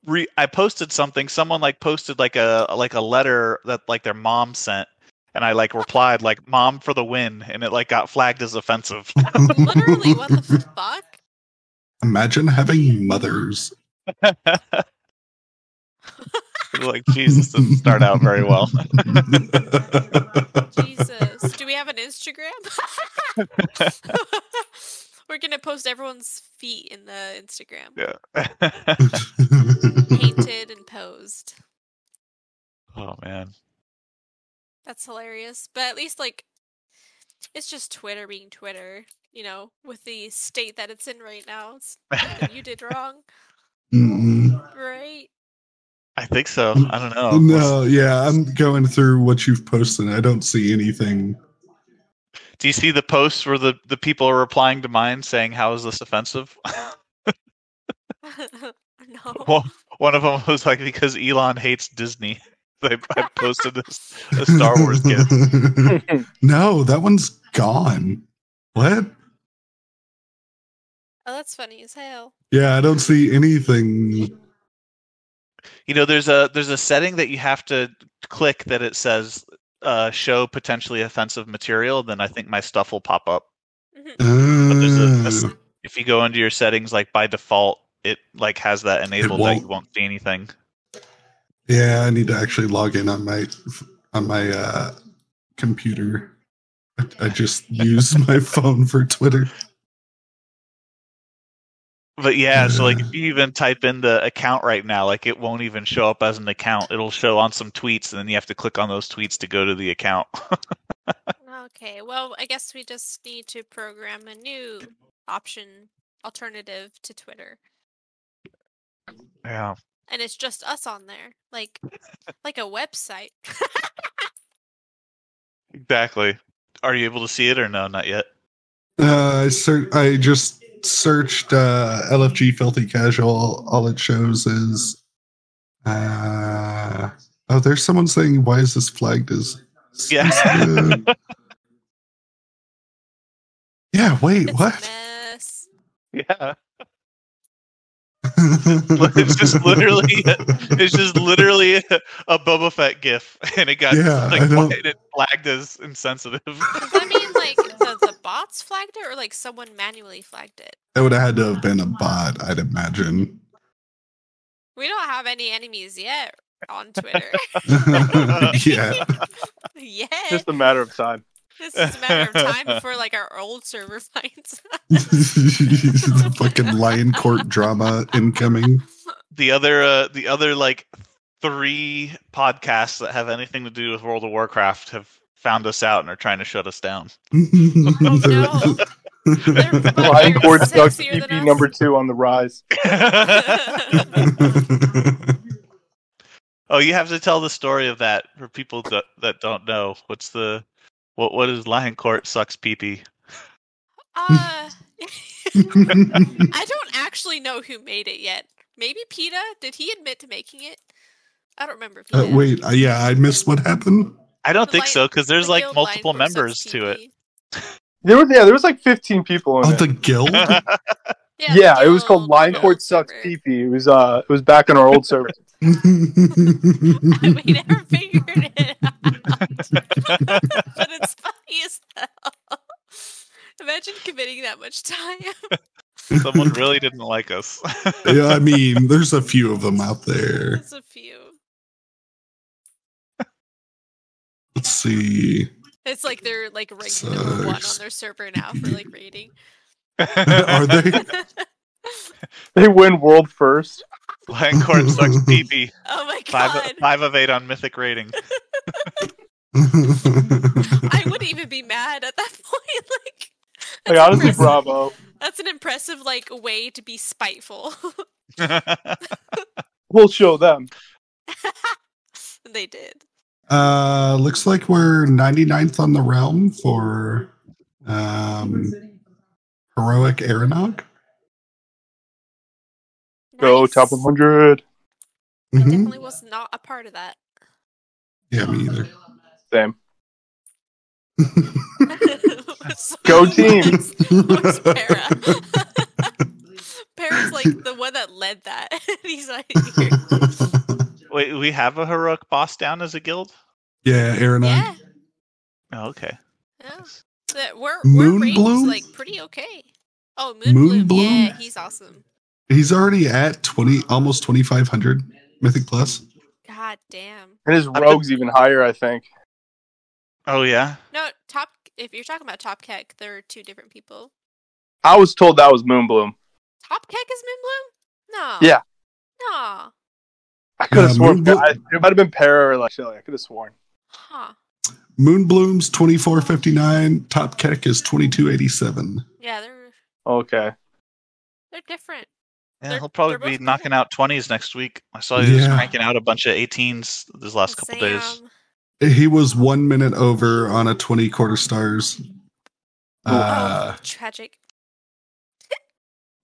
B: re- I posted something. Someone like posted like a like a letter that like their mom sent, and I like replied like "mom for the win," and it like got flagged as offensive.
C: Literally, what the fuck?
A: Imagine having mothers.
B: like Jesus didn't start out very well.
C: Jesus. Do we have an Instagram? We're gonna post everyone's feet in the Instagram, painted and posed.
B: oh man.
C: That's hilarious. But at least like, it's just Twitter being Twitter. You know, with the state that it's in right now, it's nothing you did wrong,
A: Mm-mm.
C: right?
B: I think so. I don't know.
A: no, yeah, I'm going through what you've posted. I don't see anything.
B: Do you see the posts where the, the people are replying to mine saying, How is this offensive?
C: no.
B: Well, one of them was like, Because Elon hates Disney. I, I posted this, a Star Wars gift.
A: no, that one's gone. What?
C: Oh, that's funny as hell.
A: Yeah, I don't see anything.
B: You know, there's a there's a setting that you have to click that it says uh, show potentially offensive material. Then I think my stuff will pop up. there's a-
A: Uh,
B: a- If you go into your settings, like by default, it like has that enabled that you won't see anything.
A: yeah, I need to actually log in on my on my uh, computer. I- I just use my phone for Twitter.
B: But yeah, so like if you even type in the account right now, like it won't even show up as an account. It'll show on some tweets, and then you have to click on those tweets to go to the account.
C: Okay, well, I guess we just need to program a new option alternative to Twitter,
B: yeah.
C: and it's just us on there, like like a website.
B: Exactly. Are you able to see it or no? Not yet.
A: Uh, I ser- I just searched uh, LFG Filthy Casual. All it shows is. Uh, oh, there's someone saying, "Why is this flagged as?"
B: Yeah.
A: censored?" yeah. Wait.
C: it's
A: What?
C: a mess.
B: Yeah. It's just literally- It's just literally a, a Boba Fett gif, and it got
A: Yeah,
B: like
A: I don't-
B: flagged- it flagged as insensitive.
C: Does that mean like the, the bots flagged it, or like someone manually flagged it?
A: It would have had to have been a bot, I'd imagine.
C: We don't have any enemies yet on Twitter.
A: yeah.
C: yeah,
D: Just a matter of time.
C: this is a matter of time before like our old server finds
A: Fucking lion court drama incoming.
B: the other, uh, the other like three podcasts that have anything to do with World of Warcraft have found us out and are trying to shut us down.
C: no. They're
D: Lion Court
C: sexier than
D: Duck EP
C: us.
D: E number two on the rise.
B: oh, you have to tell the story of that for people that that don't know. What's the what? What is Lion Court sucks pee pee?
C: Uh, I don't actually know who made it yet. Maybe PETA? Did he admit to making it? I don't remember if he
A: Uh,
C: did.
A: wait, uh, yeah, I missed what happened.
B: I don't
C: The
B: think
C: Lion-
B: so because there's
C: The
B: like
C: Guild Lion
B: multiple
C: Corp Sucks
B: members to it.
C: TV.
D: There was yeah, there was like fifteen people in
A: Oh,
D: it.
A: the guild?
D: Yeah,
C: the
D: it was called
C: Guild
D: Line
C: Lion
D: Court Sucks
C: server.
D: PP. It was uh it was back on our old server.
C: we never figured it out. but it's funny as hell. Imagine committing that much time.
B: Someone really didn't like us.
A: yeah, I mean, there's a few of them out there.
C: That's a few.
A: Let's see.
C: It's like they're like ranked number one on
A: Sucks.
C: their server now for like rating. Oh
A: Are they?
D: They win world first.
B: Lion Court sucks PP.
C: Oh my
B: Five,
C: god.
B: five of eight on mythic rating.
C: I wouldn't even be mad at that point. Like,
D: Like
C: that's
D: honestly,
C: impressive.
D: bravo.
C: That's an impressive like way to be spiteful.
D: We'll show them.
C: they did.
A: Uh, looks like we're 99th on the realm for um, heroic Aeronog.
D: Go top Mm-hmm. 100.
C: I
A: hmm
C: definitely was not a part of that.
A: Yeah, me either.
D: Same.
C: So
D: Go team.
C: was- was Para. Para's like the one that led that. He's like,
B: Wait, we have a heroic boss down as a guild?
A: yeah, Aeronog.
C: yeah,
B: Oh, okay.
C: yeah. That we're, we're
A: Moon
C: ranged,
A: Bloom?
C: like pretty okay. Oh, Moon,
A: Moon
C: Bloom. Yeah,
A: Bloom?
C: he's awesome.
A: He's already at 20, almost 2,500 Mythic Plus.
C: God damn.
D: And his
B: been-
D: rogue's even higher, I think.
B: Oh yeah.
C: No, top. If you're talking about Top Keck, there are two different people.
D: I was told that was Moonbloom.
C: Top Keck is Moon Bloom? No.
D: Yeah.
C: No.
D: I could have
A: Yeah,
D: sworn
A: Moonbloom-
D: I- it might have been Para or like Shelly. I could have sworn.
C: Huh.
A: Moonbloom's 2459. Top Keck is 2287.
C: Yeah, they're
D: Okay.
C: they're different.
B: Yeah,
C: They're-
B: he'll
C: they're
B: probably
C: both
B: be
C: good.
B: knocking out twenties next week. I saw he was
A: Yeah.
B: cranking out a bunch of eighteens this last couple days.
C: Sam.
A: He was one minute over on a 20 quarter stars. Uh,
C: oh, tragic.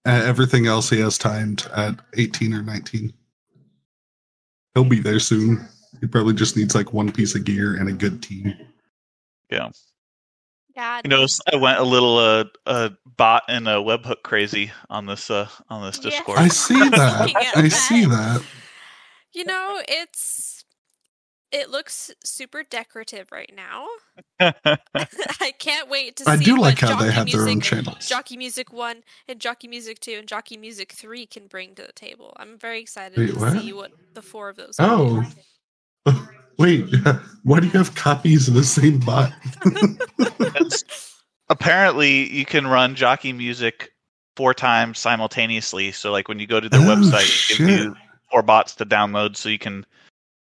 A: uh, everything else he has timed at 18 or 19. He'll be there soon. He probably just needs like one piece of gear and a good team.
C: God.
B: You notice I went a little uh, uh bot and a webhook crazy on this uh on this
C: Yeah.
B: Discord.
A: I see that.
C: Looking at
A: I see that.
C: You know, it's it looks super decorative right now. I can't wait to
A: I
C: see
A: do
C: what
A: like how
C: jockey
A: they have
C: music,
A: their own channels.
C: Jockey Music 1 and Jockey Music 2 and Jockey Music 3 can bring to the table. I'm very excited
A: Wait,
C: to
A: what?
C: see what the four of those can do.
A: Oh. Wait, why do you have copies of the same bot?
B: Apparently, you can run jockey music four times simultaneously. So, like when you go to their
A: Oh,
B: website, it gives
A: shit.
B: you four bots to download, so you can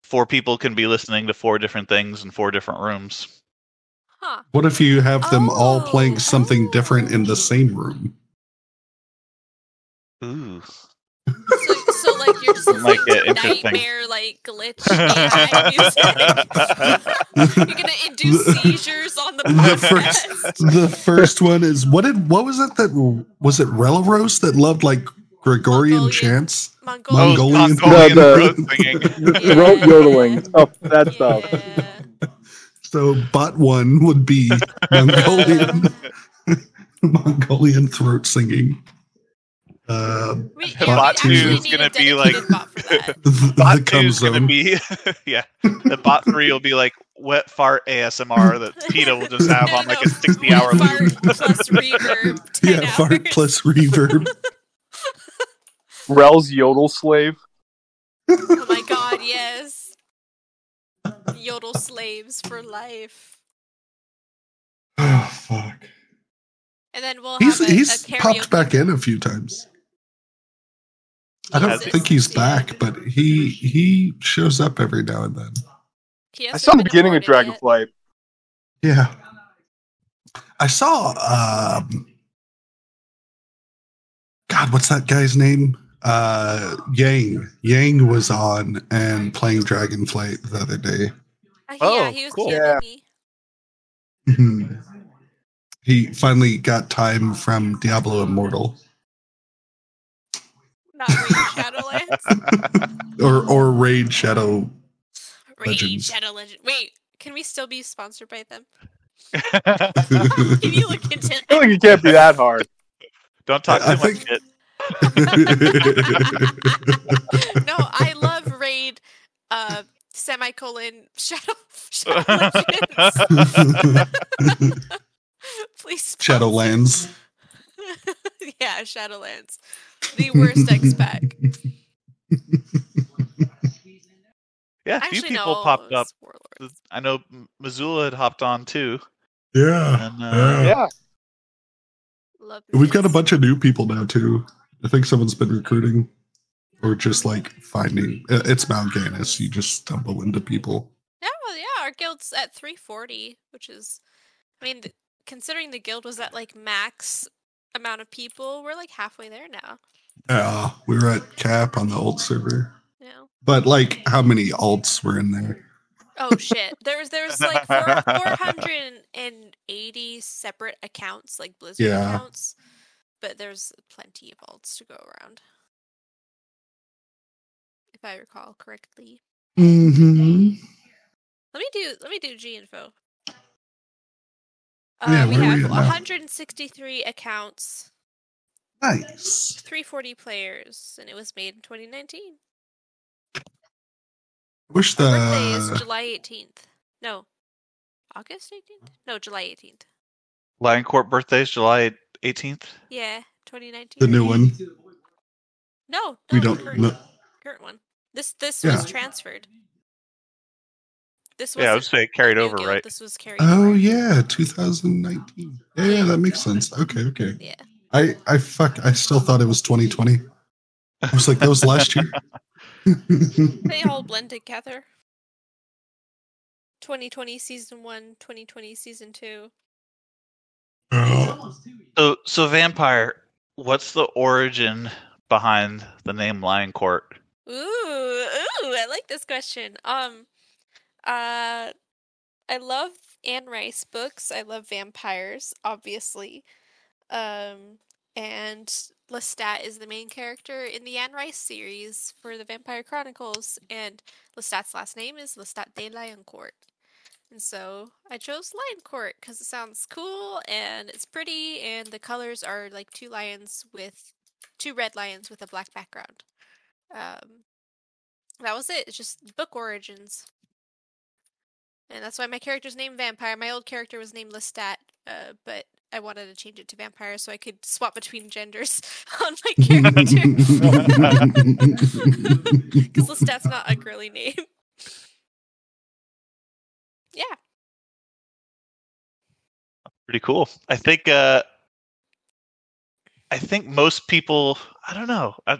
B: four people can be listening to four different things in four different rooms.
C: Huh.
A: What if you have them all
C: Oh,
A: playing something different in the same room?
B: Ooh,
C: So, so like you're just
B: Might
C: listening to
B: get interesting.
C: nightmare like glitch AI music. You're gonna induce seizures on the
A: The
C: podcast.
A: first- the first one is what did what was it that was it Relaros that loved like Gregorian
C: Mongolian.
A: chants?
B: Oh,
C: Mongolian.
A: Mongolian.
B: Mongolian
D: No, the-
B: throat singing.
C: Yeah.
D: Throat yodeling. Oh, that's
C: yeah.
D: up.
A: So bot one would be Mongolian Mongolian throat singing. Uh,
C: We, yeah,
A: Bot
C: we
A: two
C: actually
A: is
C: need
B: gonna
C: a
B: be
C: dedicated
B: like-
C: bot for that.
A: the, the
B: Bot
A: cum
B: two's gonna
A: zone.
B: be yeah. The bot three will be like wet fart ASMR that Peta will just have
C: No,
B: on like
C: no,
B: a sixty hour loop.
C: fart plus reverb. 10
A: yeah, fart
C: hours.
A: plus reverb.
D: Rel's yodel slave.
C: Oh my god, yes. Yodel slaves for life.
A: oh fuck.
C: And then we'll
A: He's
C: have a,
A: he's
C: a karaoke.
A: popped back in a few times. I don't
B: Has he?
A: think he's
C: Yeah.
A: back, but he he shows up every now and then.
C: He
D: I
C: hasn't
D: saw in the
C: been
D: beginning of
C: awarded yet.
D: Dragonflight.
A: Yeah. I saw um God, what's that guy's name? Uh Yang. Yang was on and playing Dragonflight the other day.
C: Uh, yeah,
B: Oh,
C: he was
B: cool.
C: PME.
D: Yeah.
A: Mhm. he finally got time from Diablo Immortal.
C: Not Raid Shadowlands.
A: Or or Raid Shadow.
C: Raid
A: Legends.
C: Shadow Legend. Wait, can we still be sponsored by them? Can you look into
D: I feel like it can't be that hard.
B: Don't talk too
A: I
B: much
A: think-
B: shit.
C: No, I love Raid uh semicolon Shadow Shadow Legends. Please sponsor-
A: Shadowlands.
C: yeah, Shadowlands. The worst X pack.
B: Yeah, a few
C: Actually
B: people
C: no,
B: popped
C: it
B: up.
C: was Warlords.
B: I know M- Missoula had hopped on too.
A: Yeah.
B: And, uh,
D: Yeah.
C: Love
A: We've got a
C: Miz.
A: bunch of new people now too. I think someone's been recruiting, or just like finding. uh, It's Mount Gannis. You just stumble into people.
C: Yeah, well, yeah, our guild's at 340, which is, I mean, th- considering the guild was at like max amount of people, we're like halfway there now.
A: Yeah, we were at Cap on the old server.
C: No.
A: But like, how many alts were in there?
C: Oh shit. There's there's like four hundred and eighty separate accounts, like Blizzard
A: Yeah.
C: accounts. But there's plenty of alts to go around. If I recall correctly.
A: Mm-hmm.
C: Let me do let me do G info. Uh,
A: Yeah,
C: we
A: where are we
C: have
A: at now?
C: 163 accounts,
A: Nice.
C: 340 players, and it was made in 2019.
A: Wish
C: Our birthday is
A: the
C: July 18th. No, August 18th. No, July 18th.
B: Lion Court birthday is July 18th.
C: Yeah, 2019.
A: the new one.
C: No, no
A: We
C: the
A: don't
C: current,
A: know.
C: current one. This this
A: Yeah.
C: was transferred. This was
B: Yeah, I would say it carried over, right?
C: This was carried.
A: Oh
C: over.
A: yeah, 2019. Yeah, yeah, that makes sense. Okay, okay.
C: Yeah.
A: I I fuck. I still thought it was 2020. I was like, that was last year.
C: They all blend together. 2020 season one, 2020 season two.
A: Oh,
B: So, so vampire. What's the origin behind the name Lion Court?
C: Ooh, ooh, I like this question. Um, uh, I love Anne Rice books. I love vampires, obviously. Um, and Lestat is the main character in the Anne Rice series for the Vampire Chronicles, and Lestat's last name is Lestat de Lioncourt. And so I chose Lioncourt because it sounds cool and it's pretty, and the colors are like two lions with two red lions with a black background um that was it it's just book origins and that's why my character's named vampire my old character was named lestat uh, but i wanted to change it to vampire so i could swap between genders on my character because lestat's not a girly name yeah
B: Pretty cool. I think. Uh, I think most people. I don't know. I,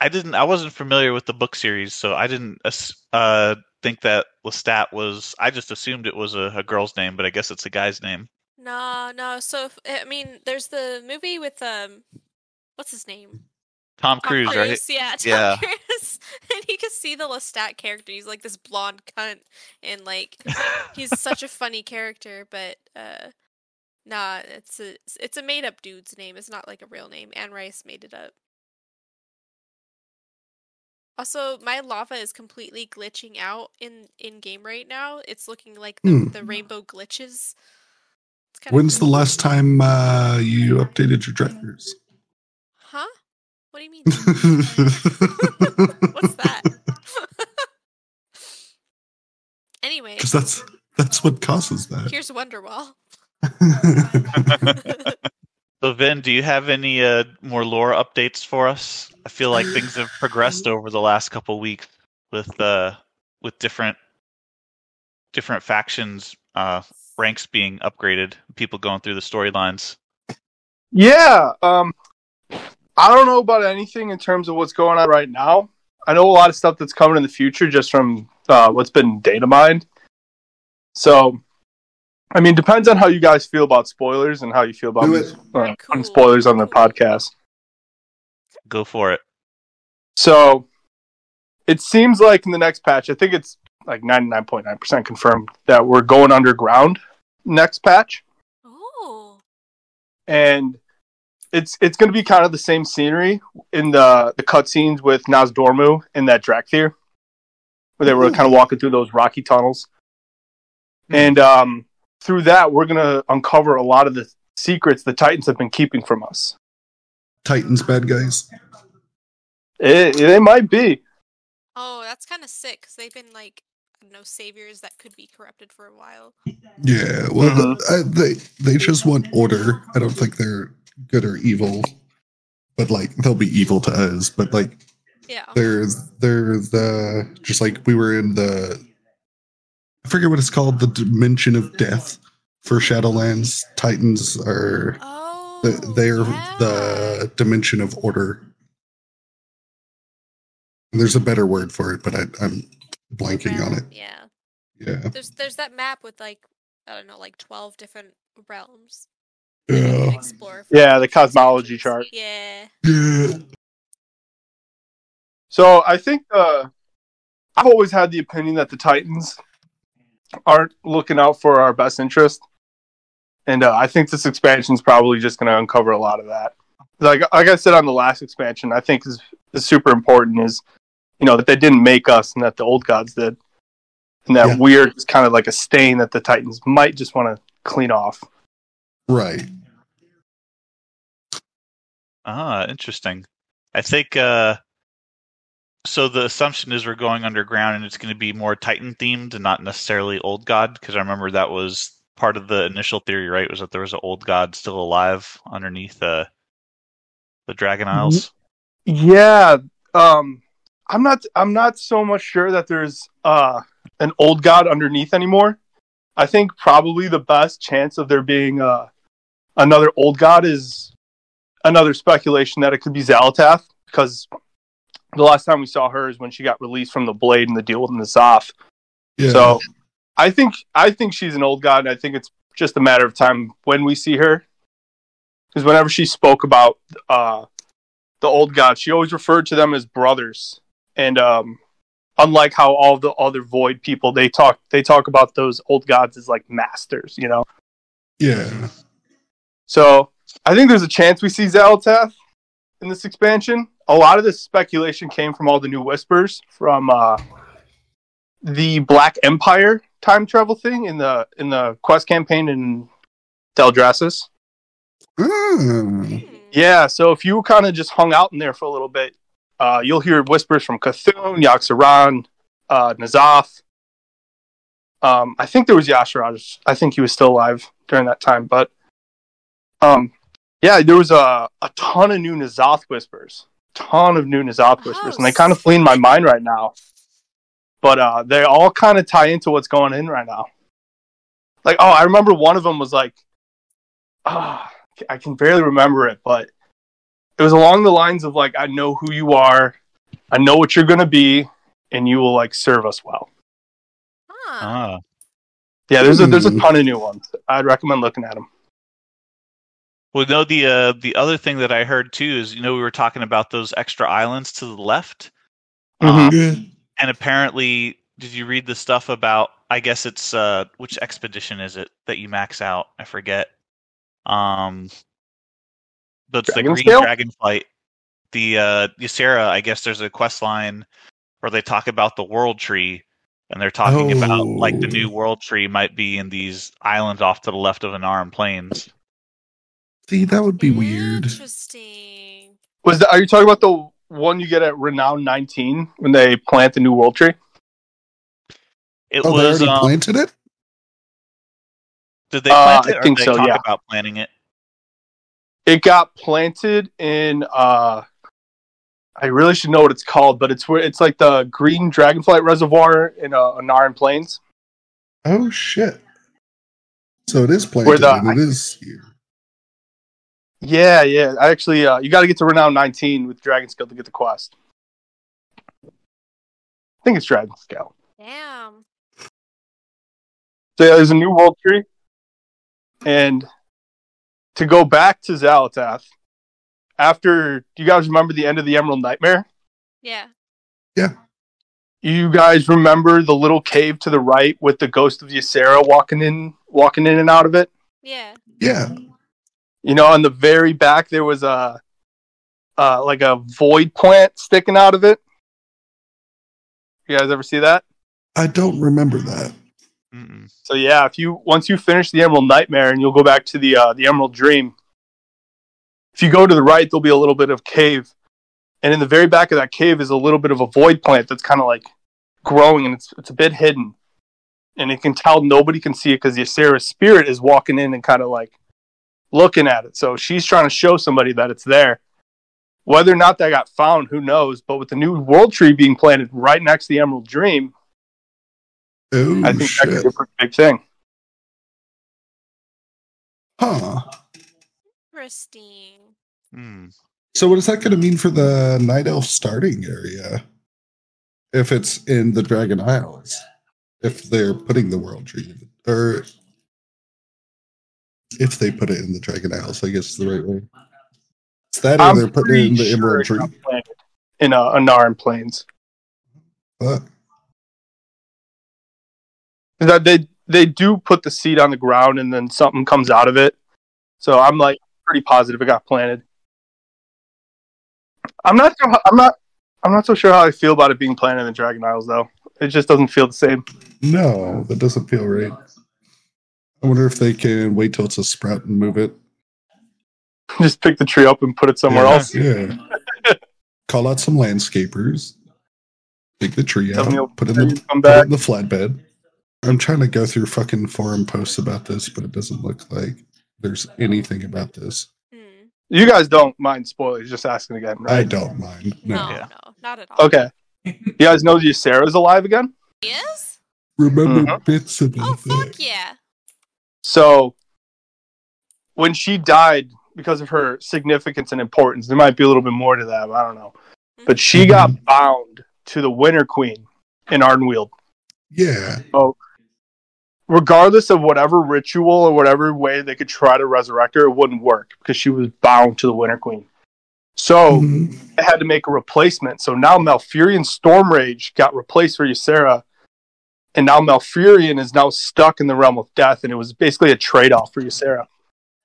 B: I didn't. I wasn't familiar with the book series, so I didn't ass- uh, think that Lestat was. I just assumed it was a, a girl's name, but I guess it's a guy's name.
C: no no so if, i mean there's the movie with um what's his name
B: Tom
C: Tom
B: Cruise, right?
C: Yeah, Tom
B: Yeah.
C: Cruise. And you can see the Lestat character. He's like this blonde cunt, and like he's such a funny character. But uh, nah, it's a it's a made up dude's name. It's not like a real name. Anne Rice made it up. Also, my lava is completely glitching out in in game right now. It's looking like the,
A: Hmm.
C: the rainbow glitches. It's kinda
A: When's the
C: cool.
A: last time uh, you updated your drivers?
C: Huh? What do you mean? What's
A: What's
C: that? anyway,
A: Because that's that's what causes that.
C: here's Wonderwall.
B: So, Vin, do you have any uh, more lore updates for us? I feel like things have progressed over the last couple weeks with uh, with different different factions uh, ranks being upgraded, people going through the storylines.
D: Yeah. Um, I don't know about anything in terms of what's going on right now. I know a lot of stuff that's coming in the future just from uh, what's been data mined. So, I mean, depends on how you guys feel about spoilers and how you feel about
A: Do it.
D: uh,
C: Cool.
D: spoilers on the podcast.
B: Go for it.
D: So, it seems like in the next patch, I think it's like 99.9% confirmed that we're going underground next patch.
C: Oh,
D: and it's it's going to be kind of the same scenery in the the cutscenes with Nazdormu in that Drakthir, where they were
A: Mhm.
D: kind of walking through those rocky tunnels, and um, through that we're going to uncover a lot of the secrets the Titans have been keeping from us.
A: Titans bad guys.
D: It, they might be,
C: oh, that's kind of sick. Cause they've been like, I don't know, saviors that could be corrupted for a while.
A: Yeah. Well, uh, they they just want order. I don't think they're good or evil, but like they'll be evil to us. But like
C: Yeah.
A: they're they're the just like we were in the I forget what it's called the dimension of death for Shadowlands. Titans are
C: Oh,
A: the, they're
C: yeah.
A: the dimension of order. There's a better word for it, but I, I'm blanking on it.
C: Realm, Yeah.
A: Yeah.
C: There's there's that map with like I don't know, like twelve different realms. that you can
A: Yeah.
C: Explore. for
D: yeah, the cosmology
C: centuries.
D: chart.
C: Yeah.
A: yeah.
D: So I think uh, I've always had the opinion that the Titans aren't looking out for our best interest, and uh, I think this expansion is probably just going to uncover a lot of that. Like like I said on the last expansion, I think is, is super important is you know that they didn't make us and that the old gods did, and that
A: Yeah.
D: weird is kind of like a stain that the Titans might just want to clean off.
A: Right.
B: Ah, interesting. I think uh so the assumption is we're going underground and it's going to be more Titan themed and not necessarily old god because I remember that was part of the initial theory, right? Was that there was an old god still alive underneath uh the Dragon Isles.
D: Yeah, um, I'm not. I'm not so much sure that there's uh, an old god underneath anymore. I think probably the best chance of there being uh, another old god is another speculation that it could be Zalatath because the last time we saw her is when she got released from the blade and the deal with Nazoth.
A: Yeah.
D: So I think I think she's an old god, and I think it's just a matter of time when we see her. Because whenever she spoke about uh, the old gods, she always referred to them as brothers, and um, unlike how all the other void people they talk they talk about those old gods as like masters, you know.
A: yeah.
D: So I think there's a chance we see Zalatath in this expansion. A lot of this speculation came from all the new whispers from uh, the Black Empire time travel thing in the in the quest campaign in Deldrassus.
A: Mm.
C: Hmm.
D: Yeah, so if you kind of just hung out in there for a little bit, uh, you'll hear whispers from Cthulhu, Yaxaran, uh, Nazoth. Um, I think there was Yashiraj. I think he was still alive during that time, but um, yeah, there was a, a ton of new Nazoth whispers, ton of new Nazoth whispers, and they kind of flee in my mind right now. But uh, they all kind of tie into what's going in right now. Like, oh, I remember one of them was like, ah, I can barely remember it, but it was along the lines of like, I know who you are, I know what you're gonna be, and you will like serve us well.
C: Huh.
B: Ah,
D: Yeah, there's a there's a
A: Hmm.
D: ton of new ones. I'd recommend looking at them.
B: well, no. The uh, the other thing that I heard too is you know we were talking about those extra islands to the left. Um,
A: Yeah.
B: and apparently did you read the stuff about i guess it's uh which expedition is it that you max out i forget um but it's the
D: Dragon
B: green
D: Scale?
B: dragon flight the uh Ysera, i guess there's a quest line where they talk about the world tree and they're talking about like the
A: Oh.
B: new world tree might be in these islands off to the left of an arm plains
A: See, that would be weird.
C: Interesting.
D: Was the, are you talking about the one you get at Renown 19 when they plant the new world tree?
B: it
A: Oh,
B: was
A: they already
B: um,
A: planted it?
B: did they
D: Uh,
B: plant
D: I
B: it or
D: think
B: did they
D: so,
B: talk
D: yeah.
B: about planting it
D: It got planted in uh I really should know what it's called, but it's where it's like the green dragonflight reservoir in uh Anaran Plains.
A: Oh, shit. So it is planted.
D: the-
A: and it is here.
D: Yeah, yeah. I actually uh you gotta get to Renown nineteen with Dragon Scale to get the quest. I think it's Dragon Scale.
C: Damn.
D: So yeah, there's a new world tree. And to go back to Zalatath, after do you guys remember the end of the Emerald Nightmare?
C: Yeah.
D: You guys remember the little cave to the right with the ghost of Ysera walking in walking in and out of it?
C: Yeah.
A: Yeah.
D: you know on the very back there was a uh, like a void plant sticking out of it you guys ever see that
A: I don't remember that.
B: Mm-mm.
D: so yeah if you once you finish the emerald nightmare and you'll go back to the uh, the emerald dream if you go to the right there'll be a little bit of cave and in the very back of that cave is a little bit of a void plant that's kind of like growing and it's, it's a bit hidden and it can tell nobody can see it because Ysera's spirit is walking in and kind of like looking at it so she's trying to show somebody that it's there whether or not that got found who knows but with the new world tree being planted right next to the emerald dream
A: Oh,
D: i think that
A: shit.
D: could be a pretty big thing
A: Huh.
C: Interesting.
B: Mm.
A: So what is that going to mean for the Night Elf starting area? If it's in the Dragon Isles, if they're putting the World Tree, or if they put it in the Dragon Isles, I guess is the right way. It's that, or
D: I'm
A: they're putting it
D: pretty
A: in the
D: sure
A: Emerald
D: it got
A: Tree.
D: planted. in uh, Anaran Plains.
A: Fuck.
D: Is That they they do put the seed on the ground and then something comes out of it. So I'm like pretty positive it got planted. I'm not sure how, I'm not I'm not so sure how I feel about it being planted in Dragon Isles though. It just doesn't feel the same.
A: No, that doesn't feel right. I wonder if they can wait till it's a sprout and move it
D: just pick the tree up and put it somewhere
A: Yeah,
D: else.
A: Yeah. Call out some landscapers. Take the tree
D: Tell
A: out.
D: me you'll-
A: Put it in
D: And
A: the,
D: you come
A: put it
D: back.
A: in the flatbed. I'm trying to go through fucking forum posts about this, but it doesn't look like there's anything about this.
C: Hmm.
D: You guys don't mind spoilers, just asking again,
A: I
D: right?
A: don't mind.
C: No,
A: No.
B: Yeah.
C: no, not at all.
D: Okay. You guys know that Sarah's alive again?
C: He is?
A: Remember
D: Mhm.
A: bits about
C: Oh,
A: that.
C: fuck yeah.
D: So when she died, because of her significance and importance, there might be a little bit more to that, I don't know.
C: Mm-hmm.
D: But she got bound to the winter queen in Ardenweald.
A: Yeah.
D: Regardless of whatever ritual or whatever way they could try to resurrect her, it wouldn't work because she was bound to the winter queen. So
A: Mhm.
D: they had to make a replacement. So now Malfurion Storm Rage got replaced for Ysera. And now Malfurion is now stuck in the realm of death. And it was basically a trade off for Ysera.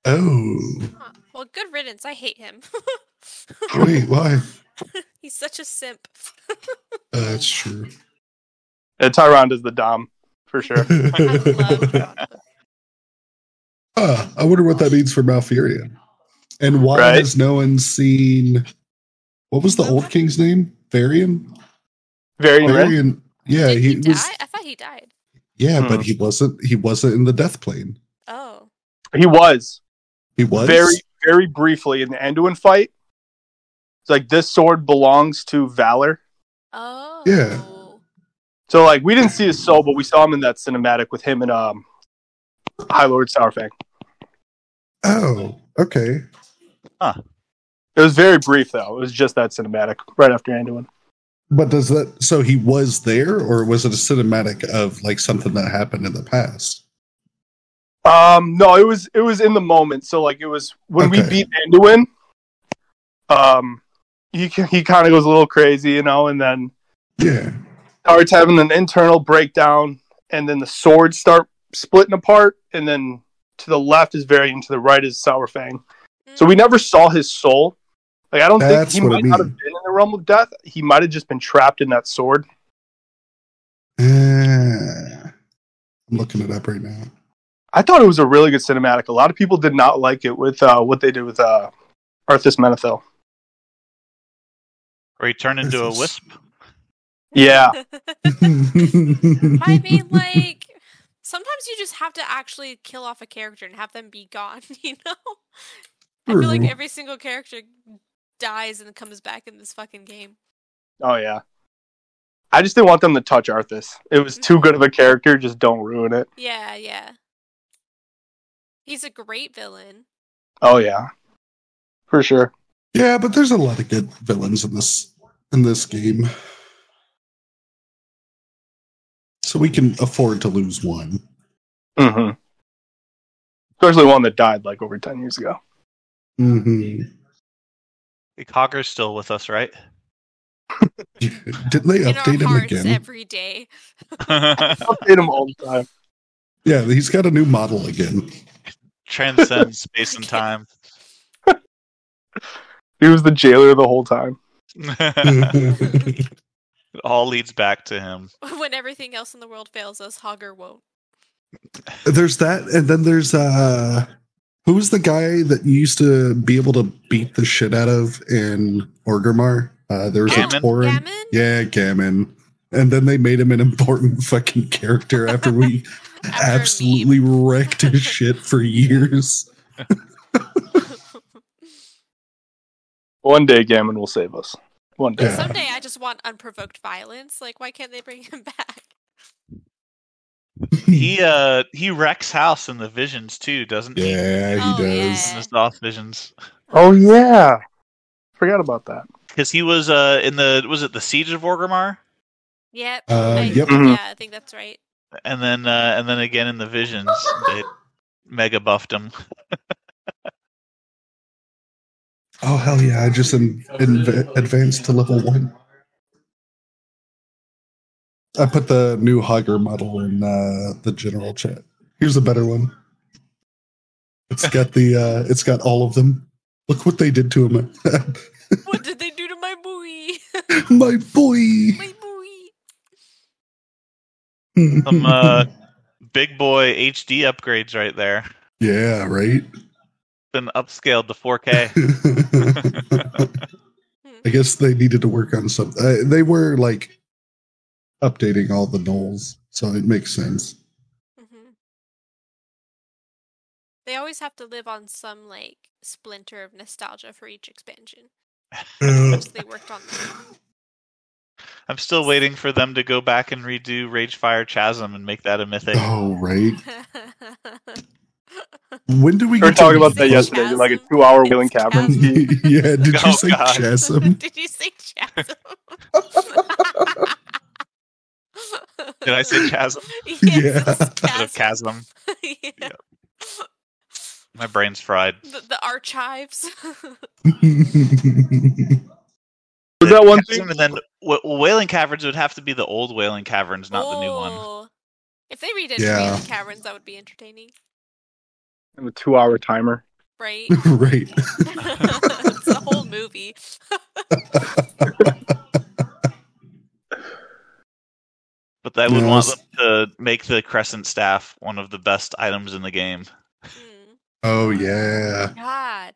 A: Oh.
C: Huh. Well, good riddance. I hate him.
A: Wait, why?
C: He's such a simp.
A: Uh, that's true.
D: And Tyrande Uh, is the Dom, for sure.
C: I love Dom.
A: Huh, I wonder what that means for Malfurion. And why
D: Right.
A: has no one seen what was the old king's name? Varian? Oh,
D: Very red.
A: Varian. Yeah,
C: Did
A: he,
C: he
A: was
C: die? I thought he died.
A: Yeah,
D: Hmm.
A: but he wasn't he wasn't in the death plane.
C: Oh.
D: He was
A: He was
D: very, very briefly in the Anduin fight. It's like this sword belongs to Valor.
C: Oh.
D: So like we didn't see his soul, but we saw him in that cinematic with him and um High Lord Sourfang.
A: Oh, okay.
D: It was very brief though. It was just that cinematic right after Anduin.
A: But does that so he was there or was it a cinematic of like something that happened in the past?
D: Um, no, it was it was in the moment. So like it was when we
A: Okay.
D: beat Anduin. Um, he ca- he kind of goes a little crazy, you know, and then
A: Yeah.
D: starts having an internal breakdown, and then the swords start splitting apart, and then to the left is Varian, to the right is Sourfang. So we never saw his soul. Like I don't
A: That's
D: think he
A: what I
D: might not
A: mean.
D: have been in the realm of death. He might have just been trapped in that sword.
A: Ah. I'm looking it up right now.
D: I thought it was a really good cinematic. A lot of people did not like it with uh, what they did with uh, Arthas Menethil.
B: Or he turned into a
A: This is-
B: wisp.
C: Mm-hmm.
D: Yeah.
C: I mean, like, sometimes you just have to actually kill off a character and have them be gone, you know? I feel like
A: True.
C: every single character dies and comes back in this fucking game.
D: Oh yeah. I just didn't want them to touch Arthas. It was too good of a character. Just don't ruin it.
C: Yeah, yeah. He's a great villain.
D: Oh yeah, for sure.
A: Yeah, but there's a lot of good villains in this in this game. So we can afford to lose one.
D: hmm Especially one that died like over ten years ago.
A: hmm
B: The Cocker's still with us, right?
A: Didn't they
C: In
A: update
C: our
A: him
C: hearts
A: again?
C: every day.
D: Update him all the time.
A: yeah, he's got a new model again.
B: Transcends space and time.
D: He was the jailer the whole time.
B: it all leads back to him.
C: When everything else in the world fails us, Hogger won't.
A: there's that, and then there's uh who was the guy that you used to be able to beat the shit out of in Orgrimmar? Uh there was a
B: Gammon?
A: Tauren.
C: Gammon?
A: Yeah, Gammon. And then they made him an important fucking character after we
C: After a meme.
A: absolutely wrecked his shit for years.
D: One day Gammon will save us. One day.
A: Yeah.
C: Someday I just want unprovoked violence. Like, why can't they bring him back?
B: He uh he wrecks house in the visions too, doesn't he?
A: Yeah, he
C: Oh,
A: does.
B: In
C: yeah.
B: his Thoth visions.
D: Oh yeah. Forgot about that.
B: Because he was uh in the was it the siege of Orgrimmar?
C: Yep.
A: Uh,
C: I-
A: yep.
C: Yeah, I think that's right.
B: And then uh and then again in the visions they mega buffed him.
A: Oh hell yeah! I just in, inv- advanced to level one. I put the new Hager model in uh, the general chat. Here's a better one. It's got the uh, it's got all of them. Look what they did to him.
C: What did they do to my buoy?
A: My boy.
C: my buoy.
B: Some uh, big boy HD upgrades right there.
A: yeah, right.
B: Been upscaled to 4K.
A: I guess they needed to work on some. Uh, they were like updating all the knolls, so it makes sense.
C: hmm They always have to live on some like splinter of nostalgia for each expansion.
A: Uh,
C: Mostly worked on that.
B: I'm still waiting for them to go back and redo Ragefire Chasm and make that a mythic.
A: oh, right. When do we
D: We were
A: get to-
D: talking about that
C: It's
D: yesterday. Like a
C: chasm.
D: two-hour
C: It's
D: whaling cavern.
C: chasm.
D: ski.
A: yeah, did
B: Oh,
A: you say
B: God.
A: chasm?
C: Did you say chasm?
B: Did I say Chasm?
C: yes,
A: Yeah.
B: Instead of Chasm.
C: yeah.
B: Yep. My brain's fried.
C: The, the archives.
D: Was that one
B: Chasm
D: thing?
B: And then wh- Whaling Caverns would have to be the old Whaling Caverns, not the new one.
C: Oh. If they redid
A: Yeah.
C: Whaling Caverns, that would be entertaining,
D: The two-hour timer.
C: right?
A: right.
C: it's a whole movie.
B: But I would
A: Yeah,
B: want
A: it's-
B: them to make the Crescent Staff one of the best items in the game.
C: Mm.
A: Oh yeah.
C: God.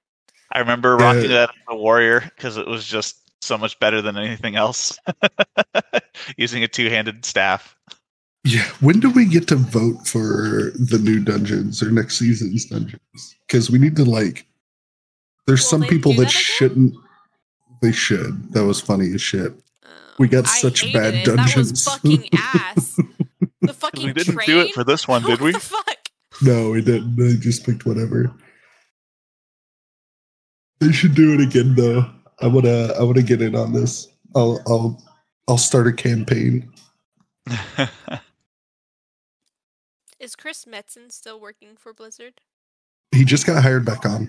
B: I remember
A: Yeah.
B: rocking that as a warrior because it was just so much better than anything else. Using a two-handed staff.
A: Yeah. When do we get to vote for the new dungeons or next season's dungeons? Because we need to like. There's
C: Will
A: some
C: they
A: people
C: do
A: that,
C: that again?
A: shouldn't. They should. That was funny as shit. We
C: Um,
A: got
C: I
A: such
C: hated
A: bad
C: it.
A: dungeons.
C: That was fucking ass. The fucking
B: We didn't
C: train.
B: do it for this one, did
C: what
B: we?
C: The fuck?
A: No, we didn't. They just picked whatever. They should do it again though. I wanna. I wanna get in on this. I'll. I'll. I'll start a campaign.
C: Is Chris Metzen still working for Blizzard?
A: He just got hired back on.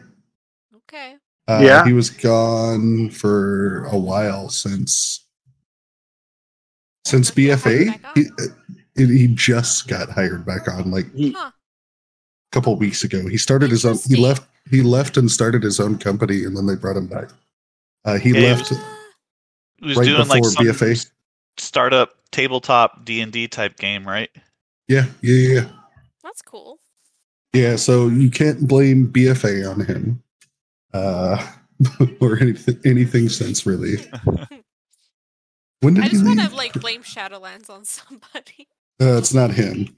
C: Okay.
A: Uh,
D: Yeah.
A: He was gone for a while since since
C: Just got hired
A: BFA.
C: back on.
A: He, he he just got hired back on like a
C: Huh.
A: couple weeks ago. He started his own. He
C: Interesting.
A: left. He left and started his own company, and then they brought him back. Uh, he
B: Yeah, he
A: left
C: Ah,
B: He was
A: right
B: doing
A: before
B: like some
A: BFA.
B: startup tabletop D and D type game, right?
A: Yeah, yeah, yeah, yeah.
C: that's cool.
A: yeah. So you can't blame BFA on him uh, or anything anything since really. When
C: I
A: did he
C: just want
A: leave?
C: to like blame Shadowlands on somebody.
A: uh, it's not him.
C: Mm-hmm.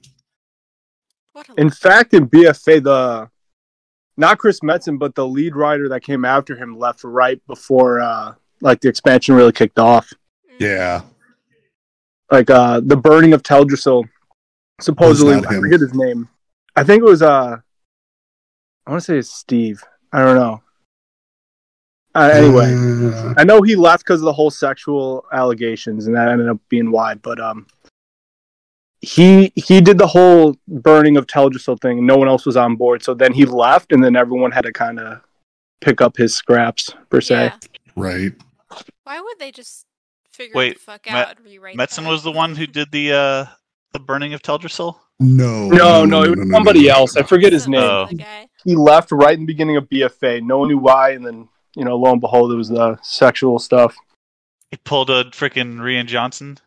C: What a
D: In fact, in BFA, the not Chris Metzen, but the lead writer that came after him left right before uh, like the expansion really kicked off.
C: Mm.
A: Yeah.
D: Like uh, the burning of Teldrassil, supposedly
A: That's not
D: I
A: him.
D: forget his name. I think it was uh, I want to say it's Steve. I don't know. Uh, anyway,
A: Uh,
D: I know he left because of the whole sexual allegations, and that ended up being why. But um, he he did the whole burning of Teldrassil thing. and No one else was on board, so then he left, and then everyone had to kind of pick up his scraps per se.
C: Yeah.
A: right.
C: Why would they just figure
B: Wait,
C: the fuck
B: Ma-
C: out and rewrite?
B: Metzen
C: that?
B: was the one who did the uh the burning of Teldrassil.
A: No.
D: No, no, it was somebody
A: no.
D: else. I forget his
C: Some
D: name.
B: Oh.
C: other guy.
D: He left right in the beginning of BFA. No one knew why, and then you know, lo and behold, it was the sexual stuff.
B: He pulled a freaking Rian Johnson.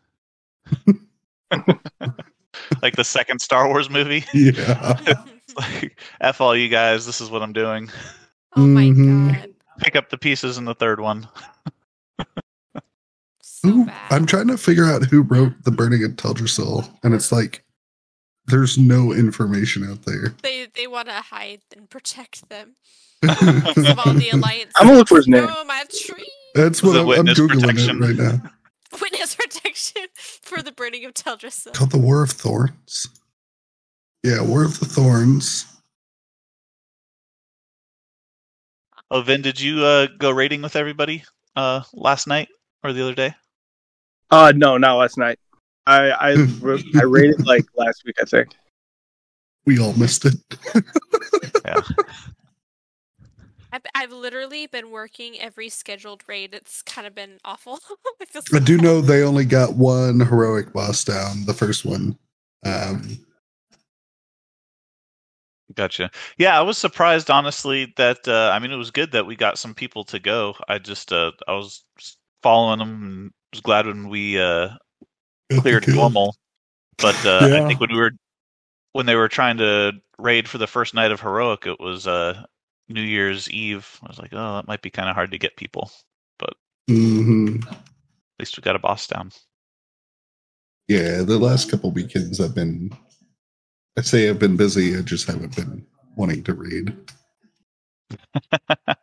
B: like the second Star Wars movie.
A: Yeah.
B: Like, F all you guys, this is what I'm doing.
C: oh my
A: Mhm.
C: god.
B: Pick up the pieces in the third one.
C: So
A: Who-
C: bad.
A: I'm trying to figure out who wrote The Burning of Teldrassil, and it's like there's no information out there.
C: They they want to hide and protect them because of all the alliance.
D: I'm gonna look for his name.
C: Oh my tree.
A: That's what
B: Is it
A: I'm, I'm
B: witness
A: googling
B: protection?
A: it right now.
C: Witness protection for the burning of Teldrassil.
A: Called the War of Thorns. Yeah, War of the Thorns.
B: Oh Vin, did you uh go raiding with everybody uh last night or the other day?
D: Uh, no, not last night. I I I rated like last week, I think.
A: We all missed it.
C: I I've, I've literally been working every scheduled raid. It's kind of been awful. I, feel
A: I do
C: so-
A: know they only got one heroic boss down, the first one. Um,
B: Gotcha. Yeah, I was surprised honestly that uh, I mean it was good that we got some people to go. I just uh, I was following them and was glad when we uh, cleared normal. But uh, I
A: Yeah.
B: think when we were when they were trying to raid for the first night of heroic, it was uh, New Year's Eve. I was like, oh, that might be kind of hard to get people.
A: Mhm.
B: At least we got a boss down.
A: Yeah, the last couple weekends I've been, I say I've been busy. I just haven't been wanting to read.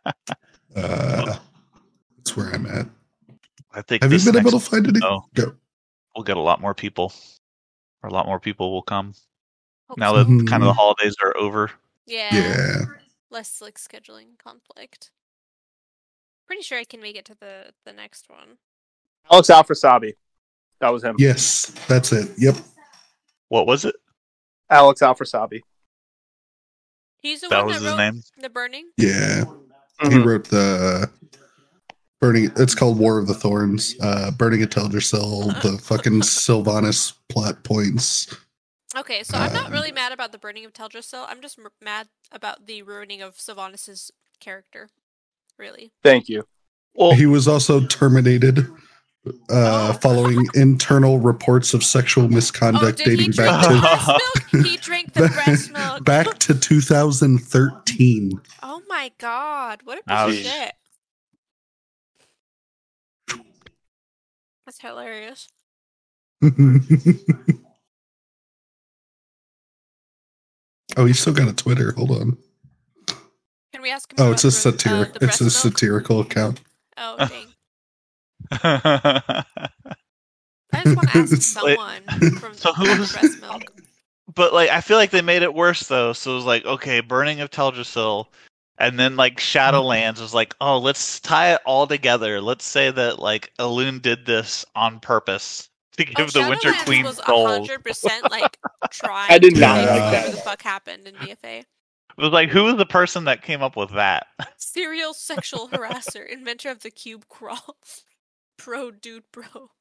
A: uh, that's where I'm at.
B: I think
A: Have you
B: Oh. this
A: been
B: next-
A: able to find any?
B: Oh.
A: Go.
B: we'll get a lot more people, or a lot more people will come
C: hope
B: now
C: so.
B: that
A: Mhm.
B: kind of the holidays are over.
C: yeah,
A: Yeah.
C: less like scheduling conflict. Pretty sure I can make it to the the next one.
D: Alex Alfrasabi. That was him.
A: Yes, that's it. Yep.
B: What was it?
D: Alex Alfrasabi.
C: He's the
B: That
C: one
B: was
C: that
B: his
C: wrote
B: name.
C: the burning.
A: Yeah.
E: Mm-hmm.
A: He
B: Mm-hmm.
D: Mhm.
A: wrote the burning. It's called War of the Thorns. Uh, burning a Teldrassil. The fucking Sylvanas plot points.
C: Okay, so I'm not
D: Uh,
C: really
A: Um,
C: mad about the burning of Teldrassil. I'm just m- mad about the ruining of Sylvanas' character. Really,
D: Thank you.
B: Well,
A: He was also terminated uh, following internal reports of sexual misconduct
C: Oh. oh, did he
A: dating
C: drink
A: back
B: the
A: to
C: the
B: breast
C: breast milk? He drank the breast milk.
A: back to 2013.
C: Oh my god, what a piece
B: Ouch.
C: of shit. That's hilarious.
A: oh, he's still got a Twitter. Hold on.
C: Can we ask him
A: Oh,
C: about
A: it's a
C: the- uh,
A: satiric.
C: the
A: it's a
C: breast milk?
A: satirical account.
C: Oh, dang. I just want to ask
A: It's
B: like-
C: someone from
B: So
C: the
B: who was-
C: breast milk.
B: but like I feel like they made it worse though. So it was like, okay, burning of Teldrassil, and then like Shadowlands was like, oh, let's tie it all together. Let's say that like Elune did this on purpose to give
C: Oh,
B: the Winter
C: Shadowlands
B: Queen
C: was
B: soul.
C: 100% like trying
D: I did
C: to
A: not
C: figure
A: like
C: out
A: that.
C: What the fuck happened in BFA?
B: It was like, who was the person that came up with that?
C: Serial sexual harasser, inventor of the cube crawl. Pro dude bro.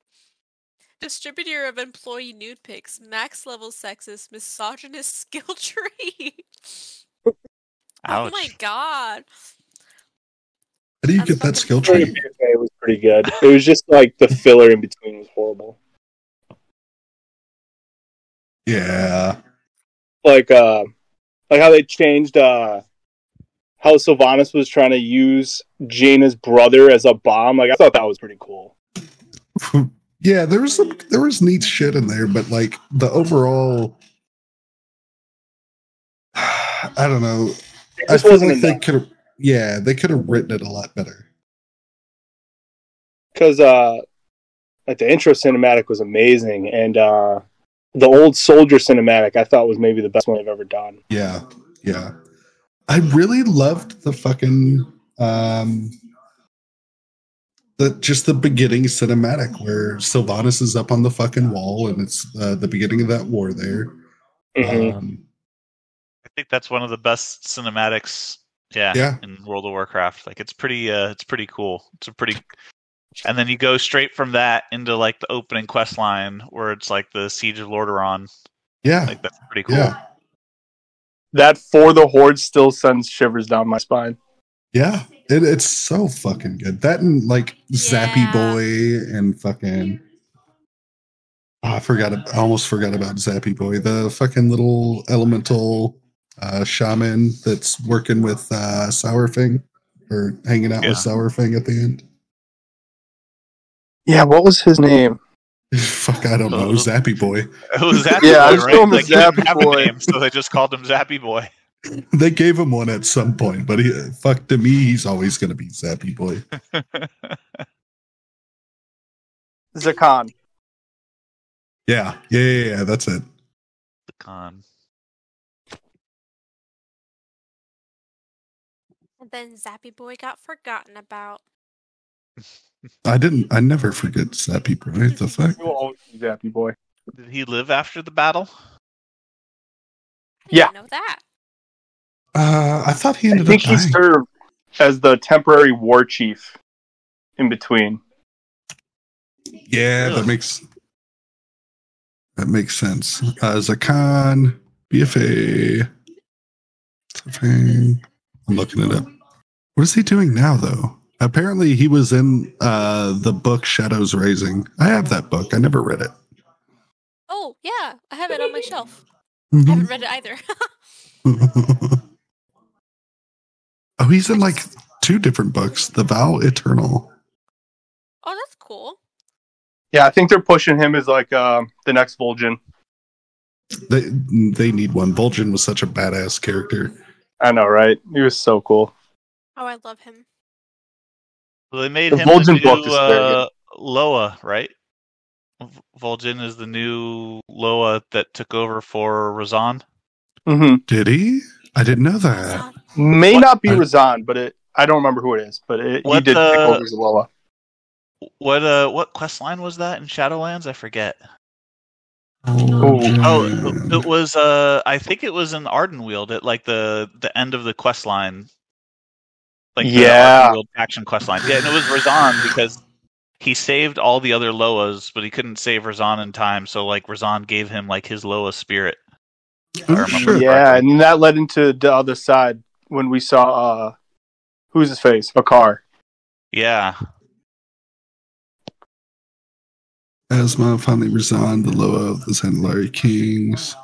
C: Distributor of employee nude pics, max level sexist, misogynist skill tree. Oh
B: Ouch.
C: my god.
A: How do you
C: That's
A: get that
C: fucking
A: skill
C: funny.
A: tree?
E: It was pretty good. It was just like the filler in between was horrible.
A: Yeah.
E: Like uh like how they changed uh how Sylvanas was trying to use Jaina's brother as a bomb. Like I thought that was pretty cool.
A: yeah, there was some there was neat shit in there, but like the overall I don't know.
E: It
A: I
E: just
A: feel
E: wasn't
A: like they
E: enough
A: could have yeah, they could have written it a lot better.
E: because uh like the intro cinematic was amazing and uh the old soldier cinematic I thought was maybe the best one I've ever done.
A: Yeah. Yeah. I really loved the fucking um the just the beginning cinematic where Sylvanas is up on the fucking wall and it's uh, the beginning of that war there.
D: Mm-hmm.
E: Mhm.
A: Um,
B: I think that's one of the best cinematics. Yeah,
A: Yeah.
B: in World of Warcraft, like it's pretty, uh, it's pretty cool. It's a pretty, and then you go straight from that into like the opening quest line where it's like the Siege of Lordaeron.
A: yeah.
B: Like that's pretty cool.
A: Yeah.
D: That for the horde still sends shivers down my spine.
A: Yeah. It, it's so fucking good. That and like Zappy
C: Yeah.
A: Boy and fucking Oh, I forgot. ab- I almost forgot about Zappy Boy, the fucking little elemental uh, shaman that's working with uh, Sourfing or hanging out
B: Yeah.
A: with Sourfing at the end.
D: Yeah, what was his name?
A: Fuck, I don't know.
B: Uh-huh.
A: Zappy Boy.
B: It was Zappy
D: Yeah, I
B: Boy,
D: just
B: right?
D: call him
B: Like, he didn't
D: Zappy
B: have a
D: Boy.
B: name, so they just called him Zappy Boy.
A: They gave him one at some point, but he fuck to me. He's always gonna be Zappy Boy.
D: Zakan.
A: Yeah, yeah, yeah. yeah, that's it.
B: the con.
C: And then Zappy Boy got forgotten about.
A: I didn't. I never forget Zappy Boy. The fuck.
D: You will always be Zappy boy.
B: Did he live after the battle?
C: I didn't
D: Yeah.
C: know that.
A: Uh, I thought he
D: I
A: ended
D: think
A: up
D: he
A: dying.
D: served. as the temporary war chief in between.
A: Yeah, that
B: Ugh.
A: makes that makes sense. Uh, Zakan BFA. Something. I'm looking it up. What is he doing now, though? Apparently, he was in uh, the book Shadows Raising. I have that book. I never read it.
C: Oh yeah, I have it on my shelf. I
A: Mhm.
C: haven't read it either.
A: oh, he's in like two different books The Vow Eternal.
C: oh, that's cool.
D: Yeah, I think they're pushing him as like uh, the next Vol'jin.
A: They, they need one. Vol'jin was such a badass character.
D: I know, right? He was so cool.
C: Oh, I love him.
B: Well, they made
D: The
B: him
D: Vol'jin
B: the new,
D: book is very good.
B: uh, Loa, right? V- Vol'jin is the new Loa that took over for Razan.
D: hmm
A: Did he? I didn't know that.
C: Son-
D: May
B: What-
D: not be
A: I-
D: Razan, but it, I don't remember who it is. But it, he
B: What uh,
D: did take
B: the-
D: over Zaloa.
B: What uh, what quest line was that in Shadowlands? I forget. Oh,
A: Mm.
B: it- it was uh, I think it was in Ardenweald at like the the end of the quest line, like the
D: Yeah.
B: Ardenweald action quest line. Yeah, and it was Razan because he saved all the other Loas, but he couldn't save Razan in time. So like Razan gave him like his Loa spirit. if I
A: Oh,
B: remember
A: sure.
D: Yeah, and that led into the other side when we saw uh, who's his face, Bakar.
B: Yeah,
A: Asma finally resigned the Loa of the Sandalari Kings.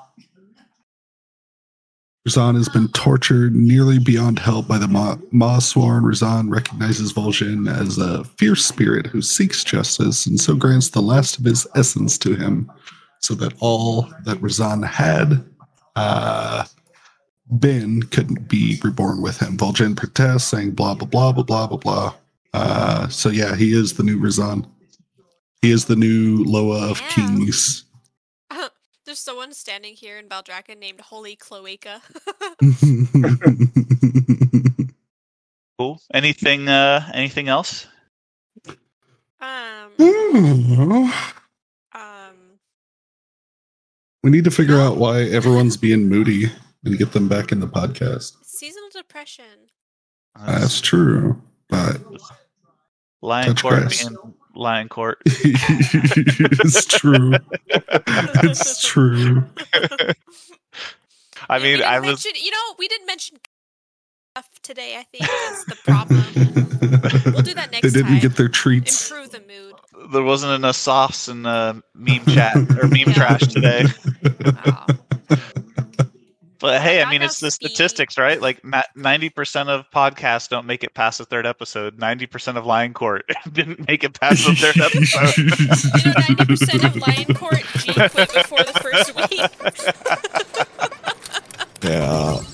A: Razan has been tortured nearly beyond help by the Ma, Ma Sworn. Razan recognizes Vol'jin as a fierce spirit who seeks justice and so grants the last of his essence to him so that all that Razan had uh, been couldn't be reborn with him. Vol'jin protests, saying blah, blah, blah, blah, blah, blah, blah. Uh, so yeah, he is the new Razan. He is the new Loa of
C: Yeah.
A: Kings.
C: There's someone standing here in Baldraca named Holy Cloaca.
B: cool. Anything uh, anything else?
C: um,
A: we
C: um,
A: need to figure out why everyone's being moody and get them back in the podcast.
C: seasonal depression.
A: That's true, but
B: Uh, Lion
A: touch
B: Court
A: grass.
B: being Lion Court.
A: it's true. It's true.
B: I
C: Yeah, we
B: mean,
C: didn't
B: I was
C: mention- you know, we didn't mention stuff today. I think is the problem. We'll do that
A: they
C: next
A: didn't
C: time.
A: get their treats.
C: Improve the mood.
B: there wasn't enough softs in uh, meme chat or meme trash today.
C: Aw.
B: But hey, I
C: Not
B: mean,
C: enough
B: it's the
C: speed.
B: statistics, right? Like ninety percent of podcasts don't make it past the third episode. Ninety percent of Lion Court didn't make it past the third episode.
C: You know, ninety percent of Lion Court G quit before the first week.
A: Yeah.
C: uh, uh,